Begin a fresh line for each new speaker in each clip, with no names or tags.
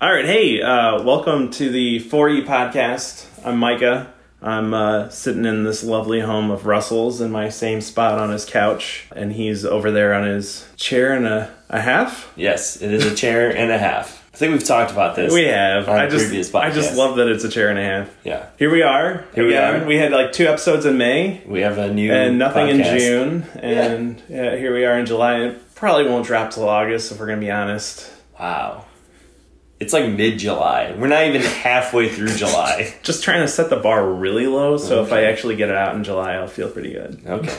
All right, hey, uh, welcome to the 4E podcast. I'm Micah. I'm uh, sitting in this lovely home of Russell's in my same spot on his couch, and he's over there on his chair and a, a half.
Yes, it is a chair and a half. I think we've talked about this.
We have.
On
I
a previous
just,
podcast.
I just love that it's a chair and a half.
Yeah,
Here we are.
Here we
again.
are.
We had like two episodes in May
we have a new
and nothing
podcast.
in June, and uh, here we are in July. It probably won't drop till August if we're gonna be honest.
Wow, it's like mid-July. We're not even halfway through July.
Just trying to set the bar really low, so if I
Okay.
actually get it out in July, I'll feel pretty good.
Okay.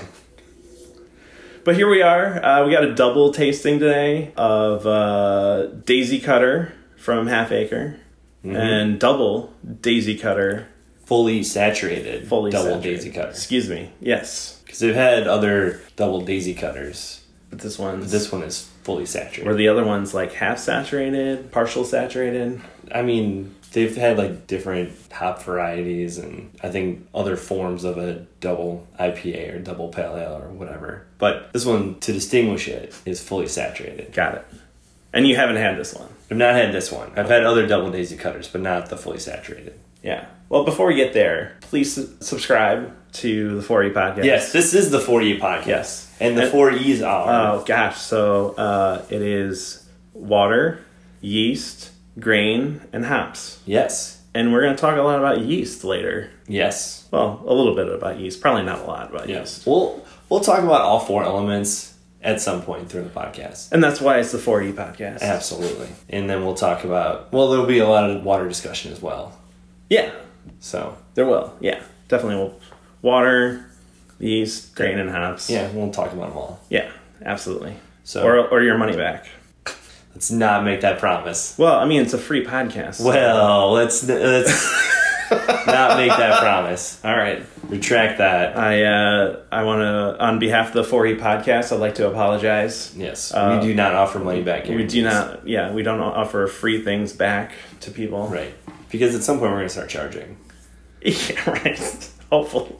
But here we are. Uh, we got a double tasting today of uh, Daisy Cutter from Half Acre
Mm-hmm.
and double Daisy Cutter,
Fully saturated,
fully
double
saturated.
daisy cutter.
Excuse me. Yes,
Because they've had other double daisy cutters.
but this one's
This one is fully saturated.
Where the other one's like half saturated, partial saturated.
I mean, they've had like different hop varieties and I think other forms of a double IPA or double pale ale or whatever. But this one, to distinguish it, is fully saturated.
Got it. And you haven't had this one.
I've not had this one. I've had other double daisy cutters, but not the fully saturated.
Yeah. Well, before we get there, please su- subscribe to the 4E podcast.
Yes, this is the 4E podcast.
Yes.
And the 4Es are.
Oh, gosh. So uh, it is water, yeast, grain, and hops.
yes.
And we're going to talk a lot about yeast later.
Yes.
Well, a little bit about yeast. Probably not a lot about
Yes.
yeast.
We'll, we'll talk about all four elements at some point through the podcast.
And that's why it's the 4E podcast.
Absolutely. And then we'll talk about, well, there'll be a lot of water discussion as well.
Yeah.
So,
There will. Yeah. Definitely will. Water, yeast, grain, and hops.
yeah, we'll talk about them all.
Yeah, absolutely.
So,
Or or your money back.
let's not make that promise.
Well, I mean, it's a free podcast.
Well, let's, let's not make that promise.
All right.
Retract that.
I uh, I want to, on behalf of the 4E podcast, I'd like to apologize.
Yes. we do not offer money back
Uh, We do
guarantees.
not, yeah, we don't offer free things back to people.
Right. Because at some point we're going to start charging.
Yeah, right. Hopefully.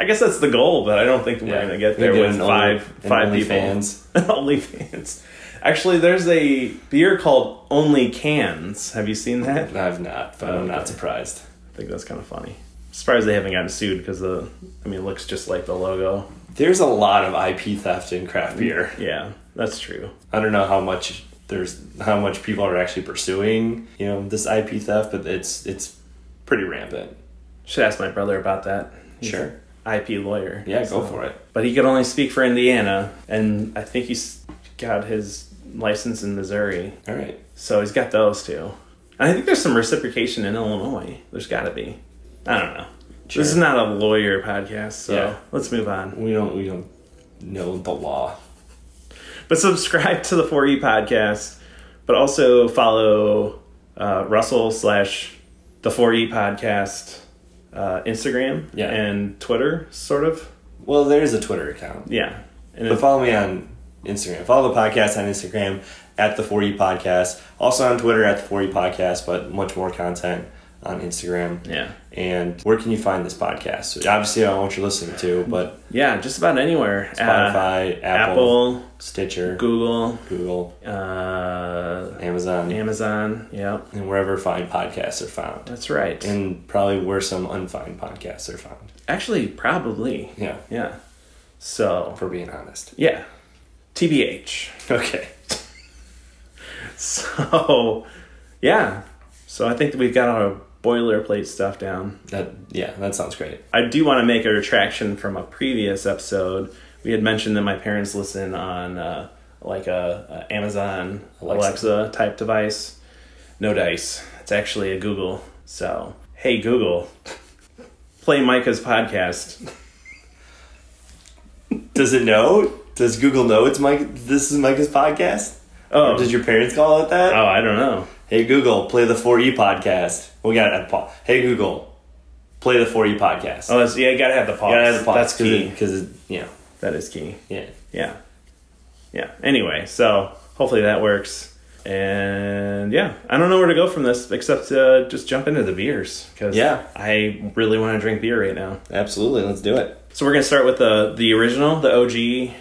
I guess that's the goal, but I don't think we're going to get there
We'll do
with
an Only-
five
an
five people.
OnlyFans.
Only fans. Actually, there's a beer called Only Cans. Have you seen that?
I've not, but I'm not surprised.
I think that's kind of funny. Surprised they haven't gotten sued because the, I mean, it looks just like the logo.
There's a lot of IP theft in
Mm.
craft beer.
Yeah, that's true.
I don't know how much there's how much people are actually pursuing, you know, this IP theft, but it's it's pretty rampant.
Should ask my brother about that. He's
Sure.
an IP lawyer.
Yeah, go for it.
But he could only speak for Indiana, and I think he's got his license in Missouri,
All right.
so he's got those two. And I think there's some reciprocation in Illinois. There's got to be. I don't know.
Sure.
This is not a lawyer podcast, so
Yeah.
let's move on.
We don't we don't know the law.
But subscribe to the 4E podcast, but also follow uh, Russell slash the 4E podcast uh, Instagram
Yeah.
and Twitter, sort of.
Well, there's a Twitter account.
Yeah. And
But
it's,
follow me on Instagram. Follow the podcast on Instagram at the 4U podcast. Also on Twitter at the 4U podcast, but much more content on Instagram.
yeah.
And where can you find this podcast? Obviously, I don't know what you're listening to, but
Yeah, just about anywhere. Uh,
Spotify, Apple,
Apple,
Stitcher,
Google,
Google,
uh,
Amazon,
Amazon. Yep.
and wherever fine podcasts are found.
That's right.
And probably where some unfined podcasts are found.
Actually, probably.
Yeah,
Yeah. So,
for being honest.
yeah. TBH.
Okay.
So, yeah. So I think that we've got our boilerplate stuff down.
That yeah, that sounds great.
I do want to make a retraction from a previous episode. We had mentioned that my parents listen on uh, like a, a Amazon Alexa.
Alexa.
type device. No dice. It's actually a Google. So hey Google, play Micah's podcast.
Does it know? Does Google know it's Mike this is Micah's podcast?
Oh,
Or did your parents call it that?
oh, I don't know.
Hey Google, play the 4E podcast. We got a pa- Hey Google, play the 4E podcast.
Oh, that's, yeah, you gotta have the pause.
gotta have the pause
That's key.
because it, you know
that is key.
yeah.
Yeah, yeah. Anyway, so hopefully that works. And yeah, I don't know where to go from this except uh, just jump into the beers because
Yeah.
I really want to drink beer right now.
Absolutely, let's do it.
So we're gonna start with the the original, the OG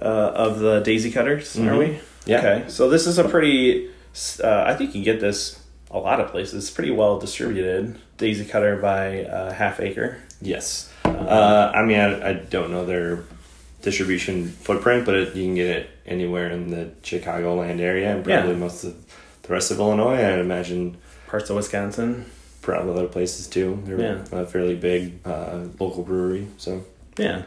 uh, of the Daisy Cutters, are we?
Mm-hmm. Yeah.
Okay. So this is a pretty. s- Uh, I think you can get this a lot of places. It's pretty well distributed. Daisy Cutter by uh, Half Acre.
Yes. Uh, I mean, I, I don't know their distribution footprint, but it, you can get it anywhere in the Chicagoland area and probably
Yeah.
most of the rest of Illinois. I'd imagine
Parts of Wisconsin.
probably other places too. They're
Yeah.
a fairly big uh, local brewery. So,
Yeah.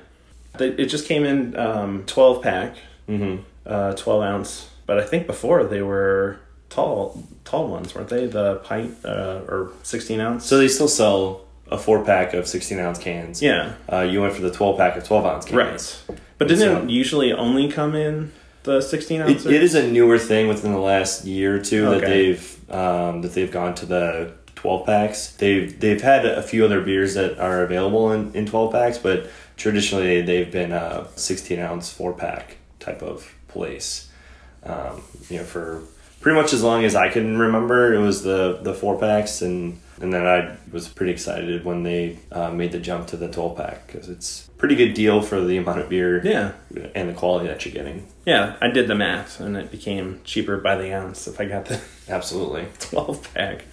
They- It just came in um, 12 pack,
mm-hmm.
uh, 12 ounce. But I think before they were tall tall ones, weren't they? The pint uh, or 16 ounce?
so they still sell a four pack of 16 ounce cans.
Yeah.
Uh, you went for the 12 pack of 12 ounce cans.
Right. But didn't
So-
it usually only come in the 16
It,
ounce?
it is a newer thing within the last year or two that
Okay.
they've um, that they've gone to the twelve packs. They've they've had a few other beers that are available in, in twelve packs, but traditionally they've been a sixteen ounce four pack type of place. Um, you know, for pretty much as long as I can remember, it was the the four packs, and and then I was pretty excited when they uh, made the jump to the twelve pack because it's a pretty good deal for the amount of beer
Yeah.
and the quality that you're getting.
Yeah. I did the math and it became cheaper by the ounce if I got the.
Absolutely.
12 pack.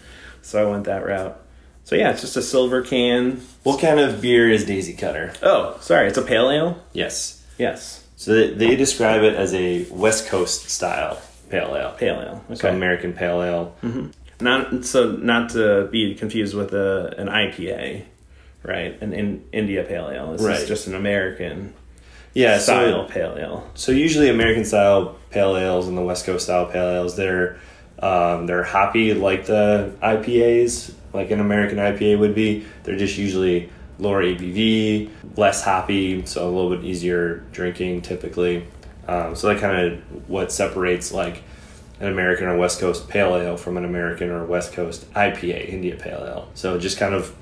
So I went that route. So yeah, it's just a silver can.
What kind of beer is Daisy Cutter?
Oh, sorry, it's a pale ale?
Yes.
Yes,
So they, they describe it as a West Coast style pale ale.
pale ale. Okay.
So American pale ale.
not so not to be confused with a an IPA, right? An in, India pale ale. This
Right.
is just an American
Yeah,
style
so
pale ale.
so usually American style pale ales and the West Coast style pale ales, they're um, they're hoppy like the IPAs, like an American IPA would be. They're just usually lower ABV, less hoppy, so a little bit easier drinking typically. Um, so that kind of what separates like an American or West Coast pale ale from an American or West Coast IPA, India pale ale. So just kind of,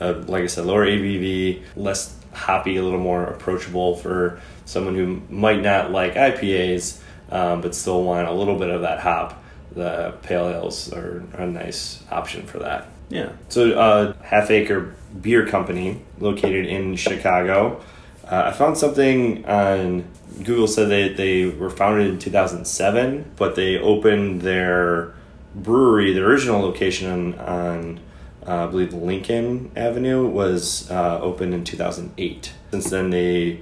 uh, like I said, lower ABV, less hoppy, a little more approachable for someone who might not like IPAs, um, but still want a little bit of that hop. The pale ales are a nice option for that.
Yeah.
So, uh, Half Acre Beer Company, located in Chicago. Uh, I found something on Google said they, they were founded in 2007, but they opened their brewery, the original location on, on uh, I believe Lincoln Avenue, was uh, opened in 2008. Since then, they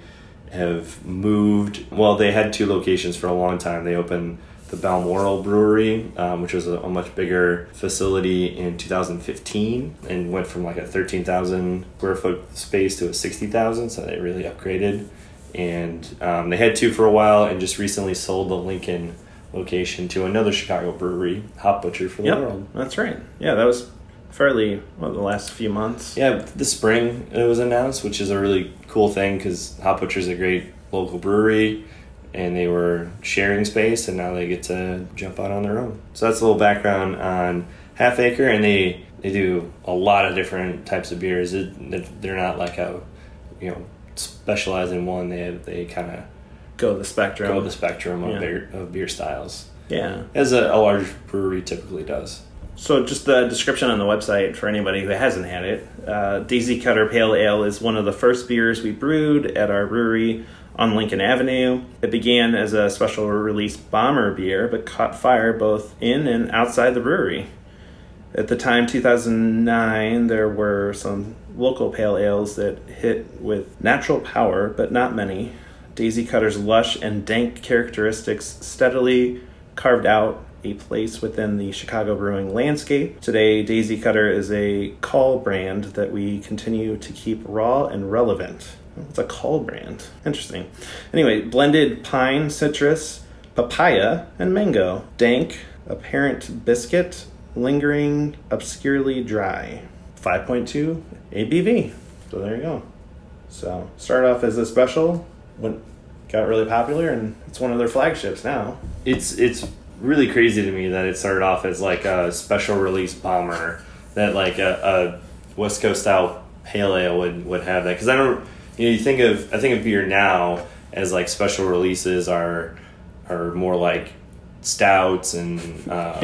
have moved. Well, they had two locations for a long time. They opened the Balmoral Brewery, um, which was a, a much bigger facility in 2015, and went from like a 13,000 square foot space to a 60,000. So they really upgraded, and um, they had two for a while, and just recently sold the Lincoln location to another Chicago brewery, Hop Butcher for the World.
Yep. That's right. Yeah, that was fairly well the last few months.
Yeah, this spring it was announced, which is a really cool thing because Hop Butcher's a great local brewery, and they were sharing space, and now they get to jump out on their own. So that's a little background on Half Acre, and they they do a lot of different types of beers. It, they're not like a you know specialized in one. They have, they kind of
Go the spectrum.
go the spectrum of
Yeah.
beer of beer styles,
yeah.
as a, a large brewery typically does.
So, just the description on the website for anybody who hasn't had it uh, Daisy Cutter Pale Ale is one of the first beers we brewed at our brewery on Lincoln Avenue. It began as a special release bomber beer, but caught fire both in and outside the brewery. At the time, 2009, there were some local pale ales that hit with natural power, but not many. Daisy Cutter's lush and dank characteristics steadily carved out a place within the Chicago brewing landscape. Today, Daisy Cutter is a call brand that we continue to keep raw and relevant. It's a call brand. Interesting. Anyway, blended pine, citrus, papaya, and mango. Dank, apparent biscuit, lingering, obscurely dry. 5.2 ABV. So there you go. So started off as a special, went, got really popular, and it's one of their flagships now.
it's it's really crazy to me that it started off as like a special release bomber that like a, a West Coast style pale ale would, would have that because I don't you know you think of I think of beer now as like special releases are are more like stouts and uh,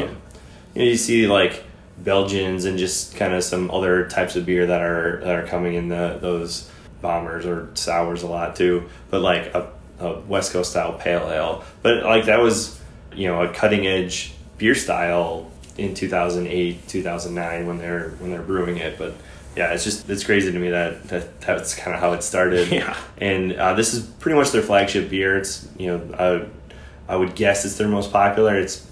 you know you see like Belgians and just kind of some other types of beer that are that are coming in the those bombers or sours a lot too, but like a, a West Coast style pale ale. But like that was you know a cutting edge beer style in 2008, 2009 when they're when they're brewing it, but yeah, it's just it's crazy to me that, that that's kind of how it started.
Yeah.
and uh, this is pretty much their flagship beer. It's you know I would- I would guess it's their most popular. It's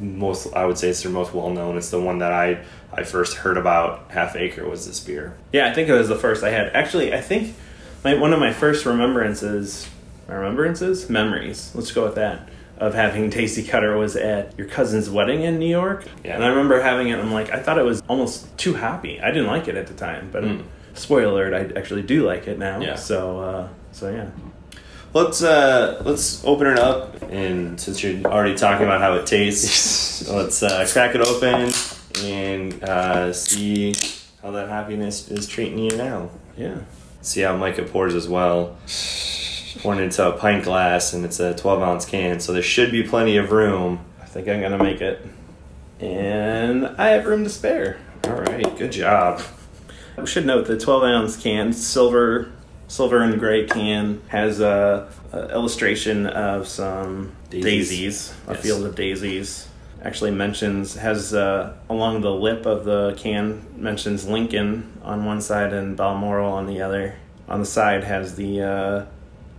most I would say it's their most well known. It's the one that I I first heard about. Half Acre was this beer.
Yeah, I think it was the first I had. Actually, I think my, one of my first remembrances, remembrances, memories. Let's go with that. Of having Tasty Cutter was at your cousin's wedding in New York,
Yeah.
and I remember having it. and I'm like, I thought it was almost too happy. I didn't like it at the time, but
Mm.
spoiler alert, I actually do like it now.
Yeah.
So, uh, so yeah.
Let's uh let's open it up, and since you're already talking about how it tastes, let's uh, crack it open and uh, see how that happiness is treating you now.
Yeah.
See how Micah pours as well. Pouring into a pint glass, and it's a 12 ounce can, so there should be plenty of room.
I think I'm gonna make it, and I have room to spare.
All right, good job.
I should note the 12 ounce can, silver, silver and gray can, has a, a illustration of some
Daisies.
daisies, a
Yes.
field of daisies. Actually mentions has uh, along the lip of the can mentions Lincoln on one side and Balmoral on the other. On the side has the uh,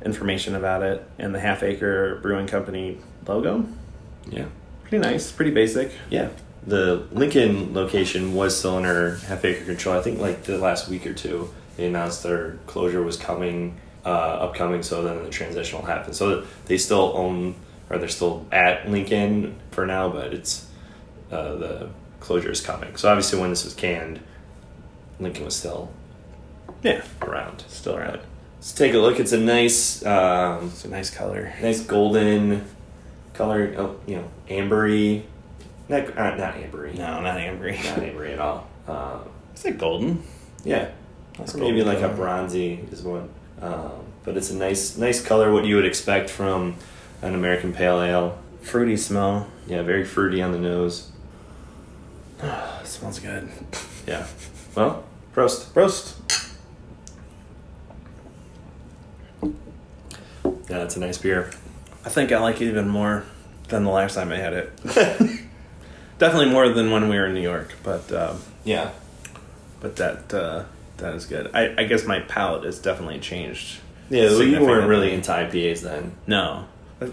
information about it and the Half Acre Brewing Company logo.
Yeah,
Pretty nice, pretty basic.
yeah. The Lincoln location was still under half acre control. I think like the last week or two, they announced their closure was coming, uh, upcoming. So then the transition will happen. So they still own, or they're still at Lincoln for now, but it's uh, the closure is coming. So obviously, when this was canned, Lincoln was still
Yeah,
around.
still around.
Let's take a look. It's a nice, um,
It's a nice color.
nice golden color. Oh, you know, ambery. Not uh, not ambery.
No, not ambery.
Not ambery at all. Um,
Is it golden?
yeah,
That's
or maybe
golden
like a
color.
bronzy is one. Um, but it's a nice nice color. What you would expect from an American pale ale.
fruity smell.
Yeah, very fruity on the nose.
It smells good.
Yeah. Well, prost.
Roast.
Yeah, that's a nice beer.
I think I like it even more than the last time I had it. Definitely more than when we were in New York, but um,
Yeah.
but that uh, that is good. I, I guess my palate has definitely changed.
Yeah, well, you weren't
significantly.
really into IPAs then.
No,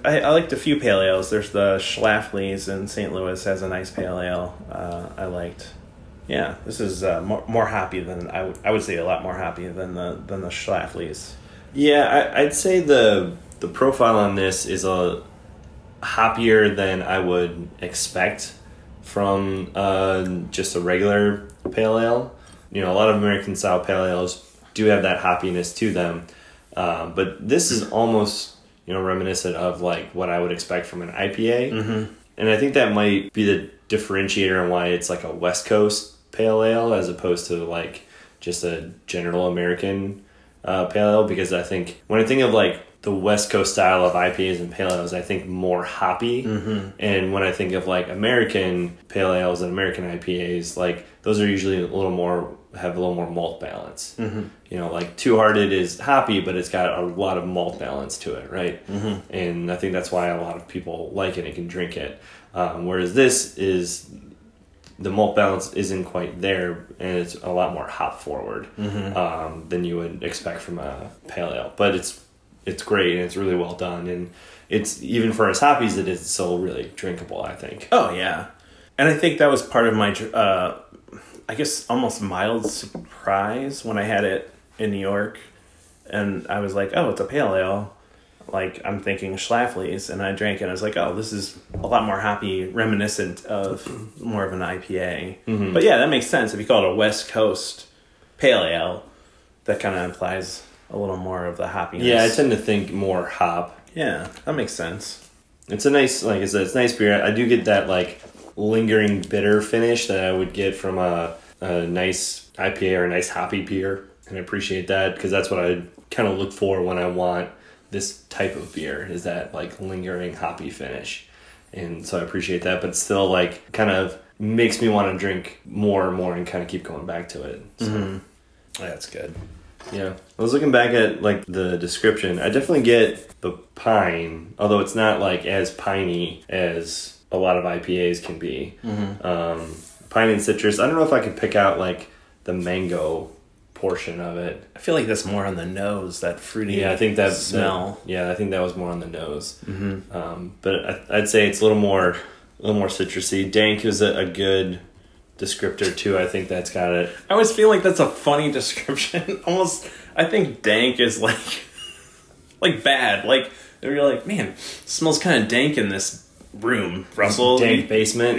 I, I liked a few pale ales. There's the Schlafly's in St. Louis has a nice pale ale. Uh, I liked. Yeah, this is uh, more more hoppy than I would I would say a lot more hoppy than the than the Schlafly's.
Yeah, I, I'd say the the profile on this is a hoppier than I would expect from uh, just a regular pale ale. You know, a lot of American style pale ales do have that hoppiness to them, um, but this is almost you know reminiscent of like what I would expect from an IPA, mm-hmm. and I think that might be the differentiator and why it's like a West Coast pale ale as opposed to like just a general American uh, pale ale because I think when I think of like the West Coast style of IPAs and pale ales, I think more hoppy. Mm-hmm. And when I think of like American pale ales and American IPAs, like those are usually a little more have a little more malt balance. Mm-hmm. You know, like Two Hearted is hoppy, but it's got a lot of malt balance to it, right? Mm-hmm. And I think that's why a lot of people like it and can drink it. Um, whereas this is the malt balance isn't quite there, and it's a lot more hop forward um, than you would expect from a pale ale. But it's it's great and it's really well done, and it's even for as hoppy as it is, it's still really drinkable. I think.
Oh yeah, and I think that was part of my, dr- uh, I guess, almost mild surprise when I had it in New York, and I was like, oh, it's a pale ale. Like I'm thinking Schlafly's, and I drank it. and I was like, "Oh, this is a lot more hoppy, reminiscent of more of an IPA." But yeah, that makes sense. If you call it a West Coast pale ale, that kind of implies a little more of the hoppiness.
Yeah, I tend to think more hop
yeah, that makes sense.
It's a nice, like I said, it's a nice beer. I do get that like lingering bitter finish that I would get from a, a nice IPA or a nice hoppy beer, and I appreciate that because that's what I kind of look for when I want this type of beer is that like lingering hoppy finish, and so I appreciate that. But still, like kind of makes me want to drink more and more and kind of keep going back to it. So.
That's good.
Yeah. I was looking back at like the description. I definitely get the pine, although it's not like as piney as a lot of IPAs can be. Um, pine and citrus. I don't know if I could pick out like the mango portion of it.
I feel like that's more on the nose, that fruity
Yeah, I think that
smell.
that- yeah, I think that was more on the nose. Mm-hmm. Um, but I, I'd say it's a little more, a little more citrusy. Dank is a, a good descriptor too. I think that's got it.
I always feel like that's a funny description. Almost, I think dank is like, like bad. Like you're like, man, smells kind of dank in this room, Russell.
Dank basement.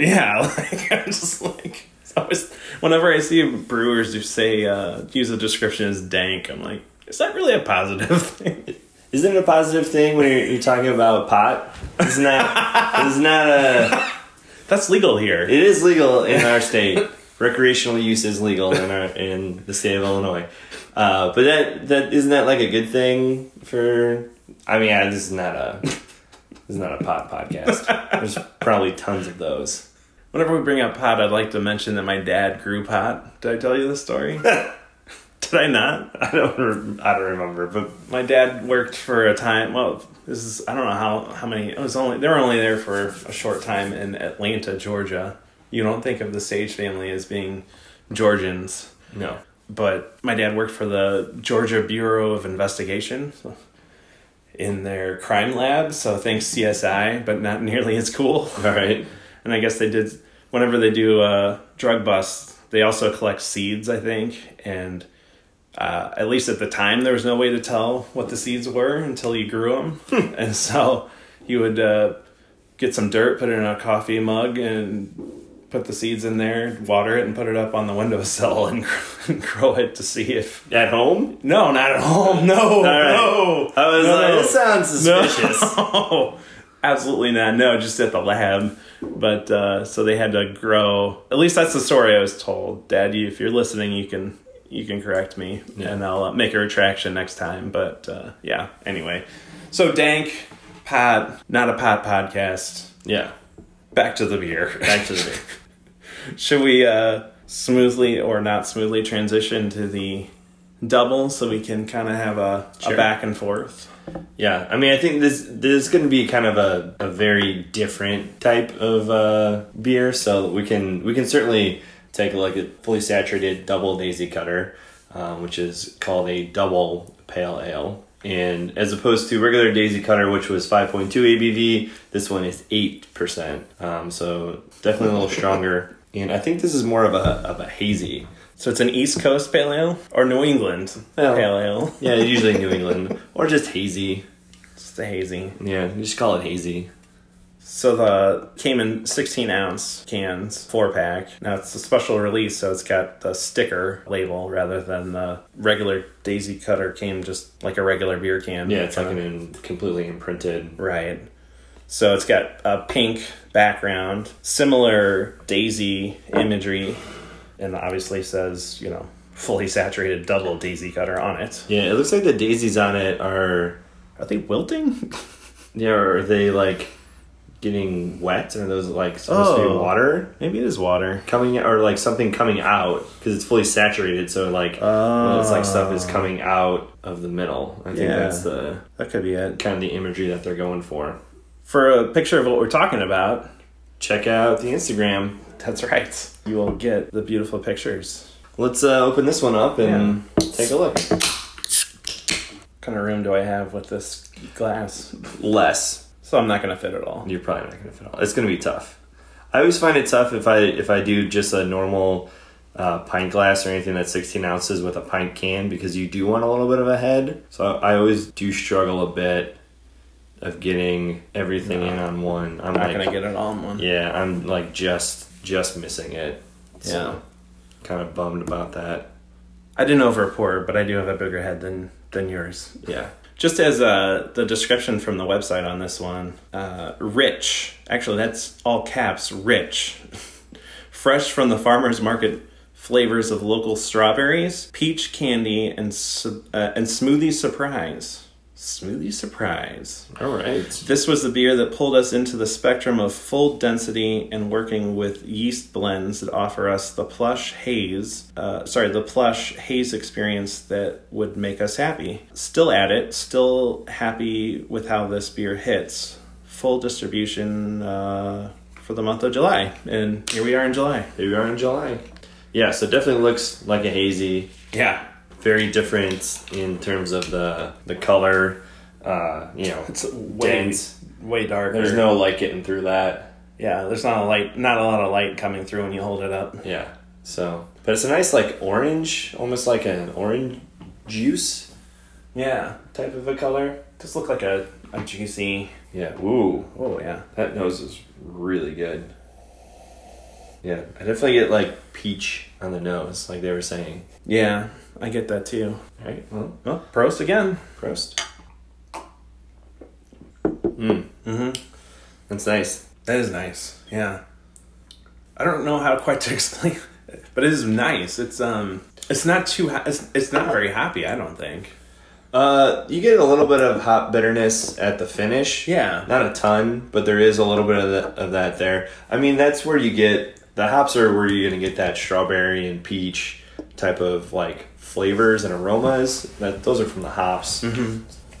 Yeah, like I'm just like it's always whenever I see brewers who say uh, use the description as dank, I'm like, is that really a positive thing?
Isn't it a positive thing when you're, you're talking about pot? Isn't that? isn't that a?
That's legal here.
It is legal in our state. Recreational use is legal in our in the state of Illinois. Uh, but that that isn't that like a good thing for? I mean, yeah, this is not a this is not a pot podcast. There's probably tons of those.
Whenever we bring up pot, I'd like to mention that my dad grew pot. Did I tell you this story? Did I not?
I don't rem- I don't remember, but
my dad worked for a time well this is i don't know how how many it was only they were only there for a short time in atlanta georgia you don't think of the sage family as being georgians
no.
but my dad worked for the georgia bureau of investigation so in their crime lab so thanks csi but not nearly as cool
All right.
and I guess they did whenever they do uh, drug busts, they also collect seeds, I think, and uh, at least at the time there was no way to tell what the seeds were until you grew them, and so you would uh, get some dirt, put it in a coffee mug, and put the seeds in there, water it, and put it up on the windowsill and, and grow it to see if
At home?
no, not at home, no,
right.
no,
I was
no.
like, this sounds suspicious.
No, absolutely not. No, just at the lab. But uh, so they had to grow. At least that's the story I was told. Dad, you, if you're listening, you can you can correct me, and I'll uh, make a retraction next time. But uh, yeah, anyway. So dank pot, not a pot podcast.
Yeah.
Back to the beer.
Back to the beer.
Should we uh, smoothly or not smoothly transition to the double so we can kind of have a,
Sure.
a back and forth?
Yeah, I mean, I think this this is going to be kind of a, a very different type of uh, beer, so we can we can certainly take a look at fully saturated double daisy cutter, um, which is called a double pale ale, and as opposed to regular daisy cutter, which was five point two ABV, this one is eight percent, um, so definitely a little stronger, and I think this is more of a of a hazy.
So it's an East Coast pale ale or New England
Yeah.
pale ale.
Yeah, usually New England or just hazy.
It's the hazy.
Yeah, you just call it hazy.
So the came in 16 ounce cans, four pack. Now it's a special release, so it's got the sticker label rather than the regular Daisy Cutter came just like a regular beer can.
Yeah, it's like an in, completely imprinted.
Right. So it's got a pink background, similar daisy imagery, and obviously says, you know, fully saturated double daisy cutter on it.
Yeah, it looks like the daisies on it are.
Are they wilting?
Yeah, are they like getting wet? Are those like supposed to be
Oh.
water
Maybe it is water.
coming or like something coming out because it's fully saturated? So like, well, it's like stuff is coming out of the middle. I think
Oh. Yeah.
that's the
That could be it.
kind of the imagery that they're going for.
For a picture of what we're talking about,
Check out the Instagram.
that's right. You will get the beautiful pictures.
Let's uh, open this one up and take a look.
What kind of room do I have with this glass?
Less.
So I'm not going to fit it all.
You're probably not gonna fit all. It's gonna be tough. I always find it tough if I if I do just a normal uh, pint glass or anything that's 16 ounces with a pint can because you do want a little bit of a head. So I, I always do struggle a bit of getting everything in on one. I'm
I'm not
like,
going to get it all in one.
yeah, I'm like just just missing it. So kind of bummed about that.
I didn't over pour, but I do have a bigger head than than yours.
Yeah.
Just as uh, the description from the website on this one, uh, rich. Actually, that's all caps. Rich, fresh from the farmers market. Flavors of local strawberries, peach candy, and su- uh, and smoothie surprise. Smoothie surprise.
All right.
This was the beer that pulled us into the spectrum of full density and working with yeast blends that offer us the plush haze, uh, sorry, the plush haze experience that would make us happy. Still at it, still happy with how this beer hits. Full distribution, uh, for the month of July. And here we are in July.
Here we are in July. Yeah, so it definitely looks like a hazy.
Yeah.
Very different in terms of the the color. Uh, you know,
It's way
dense.
way darker.
There's no light getting through that.
Yeah, there's not a light not a lot of light coming through when you hold it up.
Yeah. So, but it's a nice like orange, almost like an orange juice
Yeah.
type of a color.
Just look like a, a juicy
Yeah. Ooh,
oh yeah.
that nose is really good. Yeah, I definitely get like peach on the nose, like they were saying.
Yeah, I get that too.
All right. Well,
Well, prost again.
Prost. Mm.
Mhm.
That's nice.
That is nice. Yeah. I don't know how quite to explain it, but it is nice. It's um it's not too ha- it's, it's not very happy, I don't think.
Uh, you get a little bit of hop bitterness at the finish.
Yeah.
Not a ton, but there is a little bit of, the, of that there. I mean, that's where you get the hops are where you're going to get that strawberry and peach type of like flavors and aromas. That those are from the hops.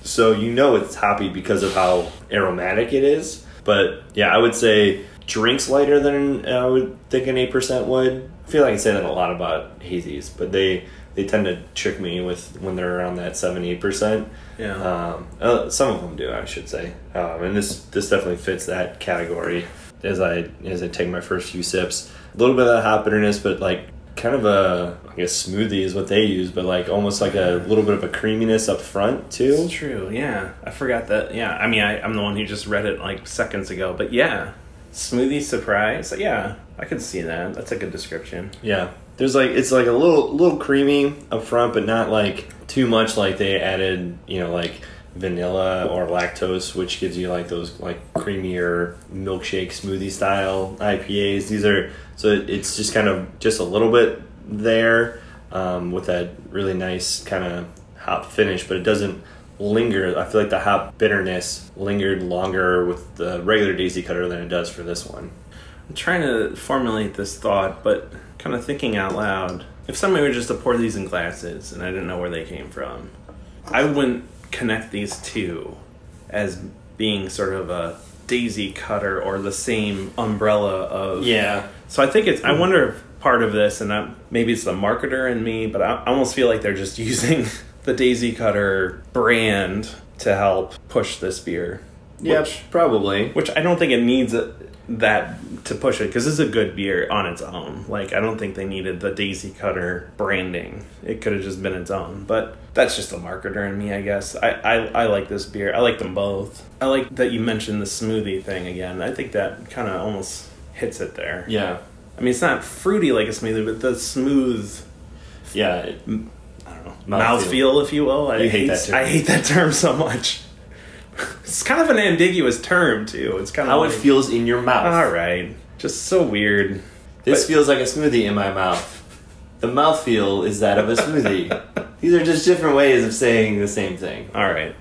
So you know it's hoppy because of how aromatic it is. But yeah, I would say drinks lighter than I would think an eight percent would. I feel like I say that a lot about hazies, but they they tend to trick me with when they're around that seven eight percent.
Yeah.
Um, uh, some of them do, I should say. Um, and this this definitely fits that category. As I as I take my first few sips, a little bit of that hot bitterness, but like kind of a I guess smoothie is what they use, but like almost like a little bit of a creaminess up front too.
It's true. Yeah, I forgot that. Yeah, I mean, I, I'm the one who just read it like seconds ago, but yeah, smoothie surprise. Yeah, I could see that. That's a good description.
Yeah. There's like it's like a little little creamy up front, but not like too much like they added, you know, like vanilla or lactose, which gives you like those like creamier milkshake smoothie style IPAs. These are so it- it's just kind of just a little bit there um, with that really nice kind of hop finish, but it doesn't linger. I feel like the hop bitterness lingered longer with the regular Daisy Cutter than it does for this one.
I'm trying to formulate this thought, but kind of thinking out loud. If somebody were just to pour these in glasses and I didn't know where they came from, I wouldn't connect these two as being sort of a daisy cutter or the same umbrella of
Yeah,
So I think it's. I wonder if part of this, and i maybe it's the marketer in me, but I, I almost feel like they're just using the Daisy Cutter brand to help push this beer.
yeah,
Which,
probably.
which I don't think it needs a, that to push it because it's a good beer on its own. Like I don't think they needed the Daisy Cutter branding. It could have just been its own. But that's just the marketer in me, I guess. I, I I like this beer. I like them both. I like that you mentioned the smoothie thing again. I think that kind of almost hits it there.
Yeah,
I mean, it's not fruity like a smoothie, but the smooth,
yeah. it-
I don't know,
Mouthfeel.
mouthfeel, if you will. I
You hate that term.
I hate that term so much. It's kind of an ambiguous term too. It's kind of
How it
like,
feels in your mouth.
All right, just so weird.
This feels like a smoothie in my mouth. The mouthfeel is that of a smoothie. These are just different ways of saying the same thing.
All right,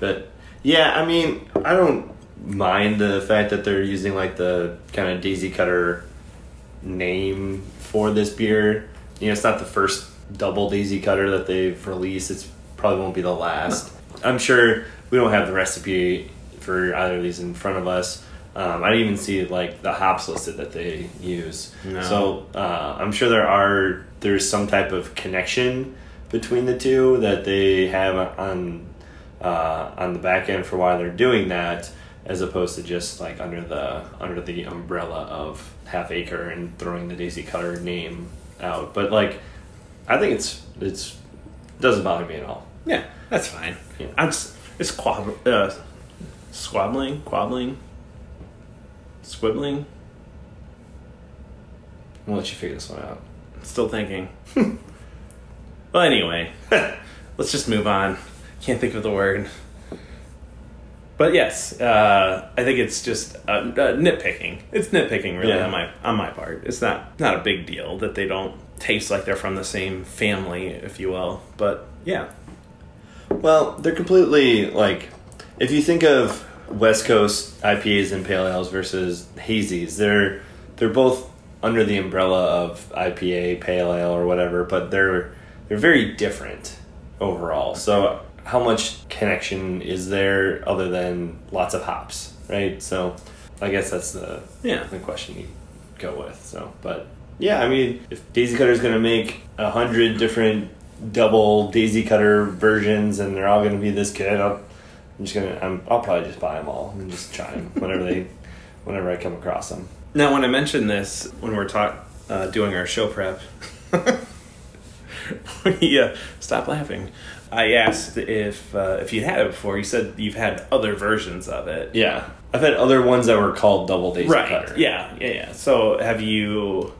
But yeah, I mean, I don't mind the fact that they're using like the kind of daisy cutter name for this beer. You know, it's not the first double daisy cutter that they've released. It's probably won't be the last. I'm sure we don't have the recipe for either of these in front of us. Um, I didn't even see like the hops listed that they use.
No.
So uh, I'm sure there are there's some type of connection between the two that they have on uh, on the back end for why they're doing that as opposed to just like under the under the umbrella of half acre and throwing the daisy cutter name out but like i think it's it's doesn't bother me at all
yeah, that's fine.
Yeah.
I'm s- it's quab- uh, squabbling, quabbling, squibbling.
i'll let you figure this one out
Still thinking. well, anyway, let's just move on. Can't think of the word. But yes, uh, I think it's just uh, uh, nitpicking. It's nitpicking, really,
Yeah.
on my on my part. It's not not a big deal that they don't taste like they're from the same family, if you will. But yeah,
Well, they're completely like if you think of West Coast IPAs and pale ales versus hazies, they're they're both under the umbrella of IPA, pale ale, or whatever, but they're they're very different overall. So how much connection is there other than lots of hops, right? So I guess that's the
Yeah.
the question you go with. So, but yeah, I mean, if Daisy Cutter's gonna make a hundred different double Daisy Cutter versions, and they're all gonna be this good, I'll, I'm just gonna, I'm, I'll probably just buy them all and just try them whenever they, whenever I come across them.
Now, when I mentioned this, when we're taught uh, doing our show prep, yeah, stop laughing. I asked if uh, if you'd had it before. You said you've had other versions of it.
Yeah, I've had other ones that were called double Daisy
right.
Cutter.
Yeah, yeah, yeah. So have you?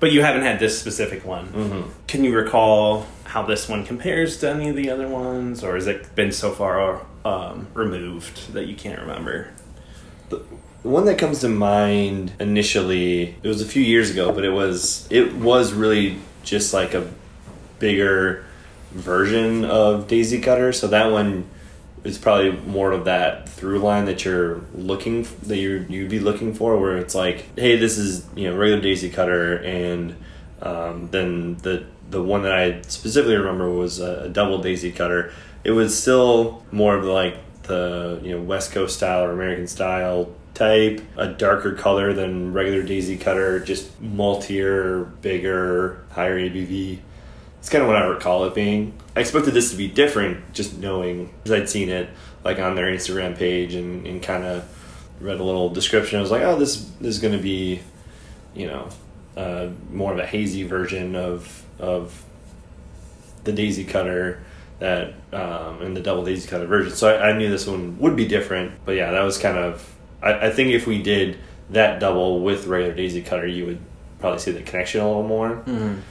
But you haven't had this specific one.
Mhm.
Can you recall how this one compares to any of the other ones, or has it been so far um, removed that you can't remember?
The one that comes to mind initially, it was a few years ago, but it was it was really just like a bigger version of Daisy Cutter. So that one is probably more of that through line that you're looking that you you'd be looking for, where it's like, hey, this is you know regular Daisy Cutter, and um, then the the one that I specifically remember was a, a double Daisy Cutter. It was still more of like the you know West Coast style or American style type, a darker color than regular Daisy Cutter, just maltier, bigger, higher ABV. It's kind of what I recall it being. I expected this to be different, just knowing because I'd seen it like on their Instagram page and, and kind of read a little description. I was like, oh, this, this is going to be, you know, uh, more of a hazy version of of the Daisy Cutter that um, and the Double Daisy Cutter version. So I, I knew this one would be different, but yeah, that was kind of. I, I think if we did that double with regular Daisy Cutter, you would probably see the connection a little more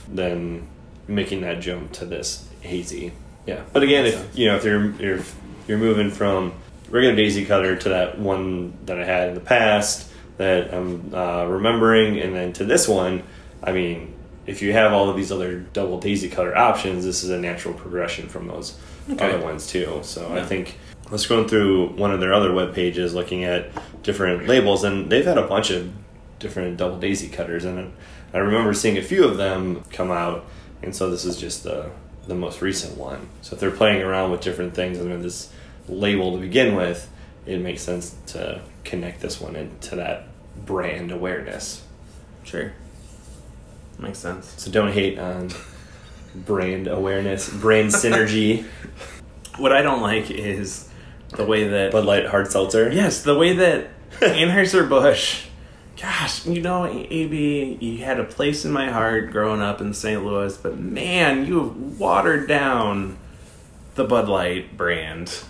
than making that jump to this hazy. Yeah, but again,
Makes
if
sense.
you know if you're you're you're moving from regular Daisy Cutter to that one that I had in the past that I'm uh, remembering, and then to this one, I mean, if you have all of these other double Daisy Cutter options, this is a natural progression from those
Okay.
other ones too. So I
Yeah.
think I was scrolling through one of their other web pages, looking at different labels, and they've had a bunch of different double Daisy Cutters, and I remember seeing a few of them come out, and so this is just the the most recent one. So if they're playing around with different things under this label to begin with, it makes sense to connect this one into that brand awareness.
Sure. Makes sense.
So don't hate on brand awareness, brand synergy,
What I don't like is the way that
Bud Light Hard Seltzer.
Yes, the way that Anheuser Busch. Gosh, you know, AB, you had a place in my heart growing up in St. Louis, but man, you have watered down the Bud Light brand.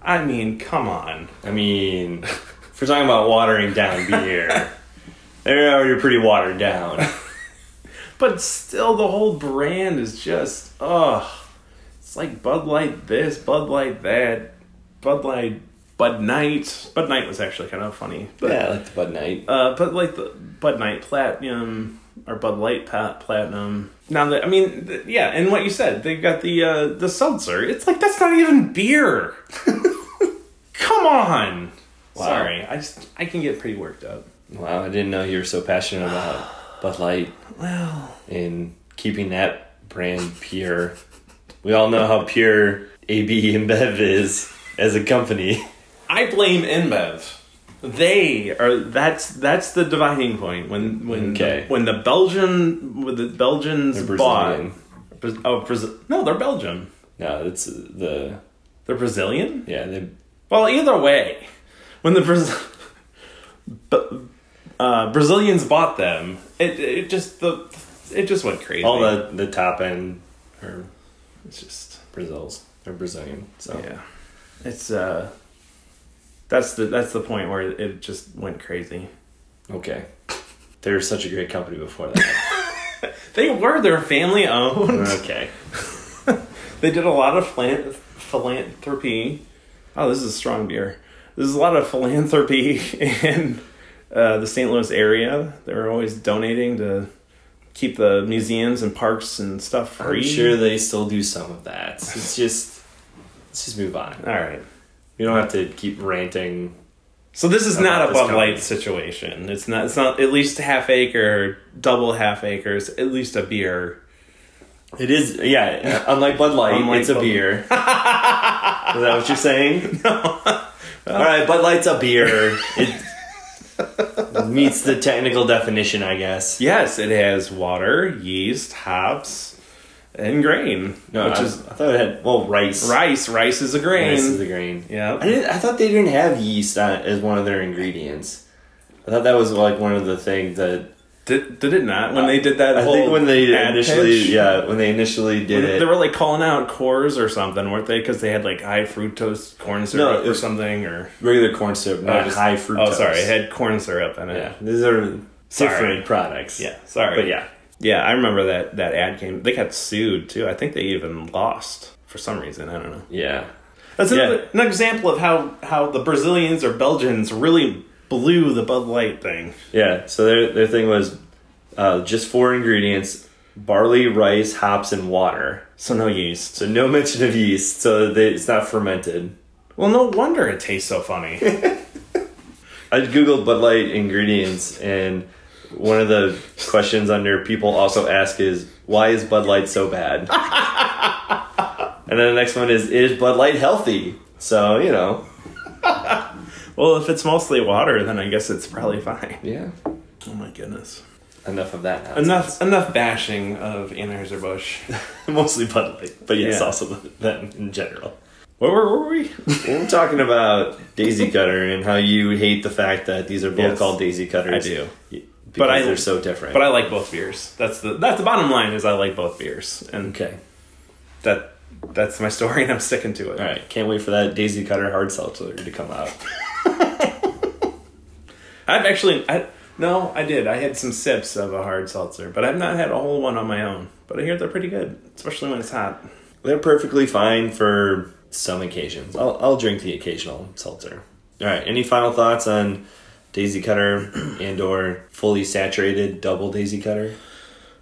I mean, come on.
I mean, if we're talking about watering down beer, they're already pretty watered down.
But still, the whole brand is just, ugh. It's like Bud Light this, Bud Light that, Bud Light Bud Night. Bud Night was actually kind of funny. But
yeah, I like the Bud Night.
Uh, but like the Bud Night Platinum or Bud Light Pat Platinum. Now that I mean, th- yeah, and what you said, they've got the uh, the seltzer. It's like that's not even beer. Come on. Sorry, I just I can get pretty worked up.
Wow, I didn't know you were so passionate about Bud Light
Well,
and keeping that brand pure. We all know how pure AB InBev is as a company.
I blame InBev. They are that's that's the dividing point when when
Okay.
the, when the Belgian when the Belgians
They're
bought
Brazilian.
Bra- oh Brazil no they're Belgian
No, that's the
they're Brazilian
yeah. They,
Well, either way, when the Braz- B- uh, Brazilians bought them, it it just the it just went crazy.
all the the top end are
it's just
Brazils or Brazilian. So
yeah, it's uh, that's the that's the point where it just went crazy.
okay, they were such a great company before that.
They were their family owned.
okay,
They did a lot of philan- philanthropy. Oh, this is a strong beer. This is a lot of philanthropy in uh, the St. Louis area. They were always donating to keep the museums and parks and stuff free.
I'm sure they still do some of that. It's just let's just move on.
All right.
We don't have to keep ranting.
So this is
How
not
about
a
this
Bud
company?
Light situation. It's not. It's not at least half acre, double half acres, at least a beer.
It is yeah. Unlike Bud Light,
Unlike
it's a
Bud-
beer. is that what you're saying? No. All right, Bud Light's a beer. It, Meets the technical definition, I guess.
Yes, it has water, yeast, hops, and grain,
No,
which
I,
is
I thought it had well rice.
rice. Rice is a grain.
Rice is the grain.
Yeah.
I didn't. I thought they didn't have yeast on, as one of their ingredients. I thought that was like one of the things that
Did, did it not when they did that?
Uh, I
whole
think when they
ad
initially
pitch?
yeah when they initially did
They
it.
were like calling out cores or something, weren't they? Because they had like high fructose corn syrup
it-
or something, or
Regular corn syrup, not
just-
high fructose.
Oh, sorry, it had corn syrup in it.
Yeah, these are
Sorry.
different products.
Yeah, sorry.
but yeah,
Yeah, I remember that that ad came. They got sued too. I think they even lost for some reason. I don't know.
yeah.
That's
Yeah.
another, an example of how how the Brazilians or Belgians really blew the Bud Light thing.
Yeah, so their their thing was uh, just four ingredients: barley, rice, hops, and water.
So no yeast.
So no mention of yeast, so they, it's not fermented.
Well, no wonder it tastes so funny.
I googled Bud Light ingredients, and one of the questions under people also ask is why is Bud Light so bad? and then the next one is is Bud Light healthy? So you know,
well, if it's mostly water, then I guess it's probably fine.
yeah.
Oh my goodness.
Enough of that. Now.
Enough enough bashing of Anheuser Busch.
Mostly Bud Light, but yes,
Yeah.
also them in general.
Where were we?
We're talking about Daisy Cutter and how you hate the fact that these are both
Yes,
called Daisy Cutters.
I do.
Because
But I-
they're so different.
But I like both beers. That's the that's the bottom line is I like both beers, and
okay.
that that's my story, and I'm sticking to it.
All right. Can't wait for that Daisy Cutter hard seltzer to come out.
I've actually I no, I did. I had some sips of a hard seltzer, but I've not had a whole one on my own. But I hear they're pretty good, especially when it's hot.
They're perfectly fine for some occasions. I'll, I'll drink the occasional seltzer. All right. Any final thoughts on Daisy Cutter and or fully saturated double Daisy Cutter?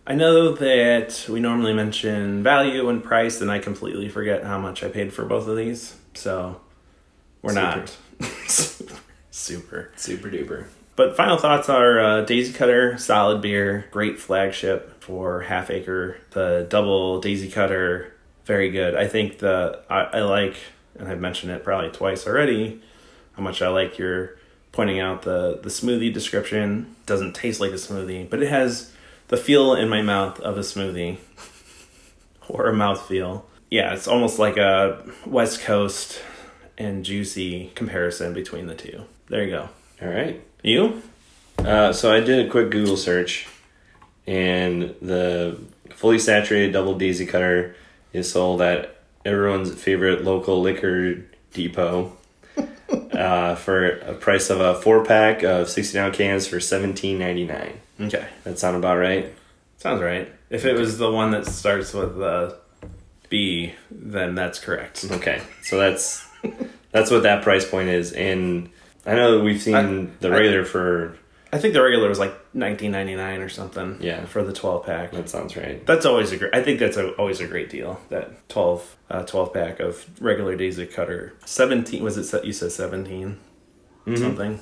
I know that we normally mention value and price, and I completely forget how much I paid for both of these. So we're not super.
Super duper.
But final thoughts are uh, Daisy Cutter, solid beer, great flagship for Half Acre. The double Daisy Cutter, very good. I think the I, I like, and I've mentioned it probably twice already, how much I like your pointing out the the smoothie description. Doesn't taste like a smoothie, but it has the feel in my mouth of a smoothie or a mouth feel. Yeah, it's almost like a West Coast and juicy comparison between the two. There you go.
All right.
You?
Uh, so I did a quick Google search, and the fully saturated double daisy cutter is sold at everyone's favorite local liquor depot uh, for a price of a four pack of sixteen ounce cans for seventeen ninety nine.
Okay.
That sound about right?
Sounds right. If it was the one that starts with uh, B, then that's correct.
Okay, so that's that's what that price point is, and I know that we've seen
I-
the
I-
regular for
I think the regular was like 19.99 or something.
Yeah.
For the 12 pack.
that sounds right.
That's always a great. I think that's a, always a great deal. That 12 uh, 12 pack of regular Daisy Cutter. 17 was it? se- You said 17 something.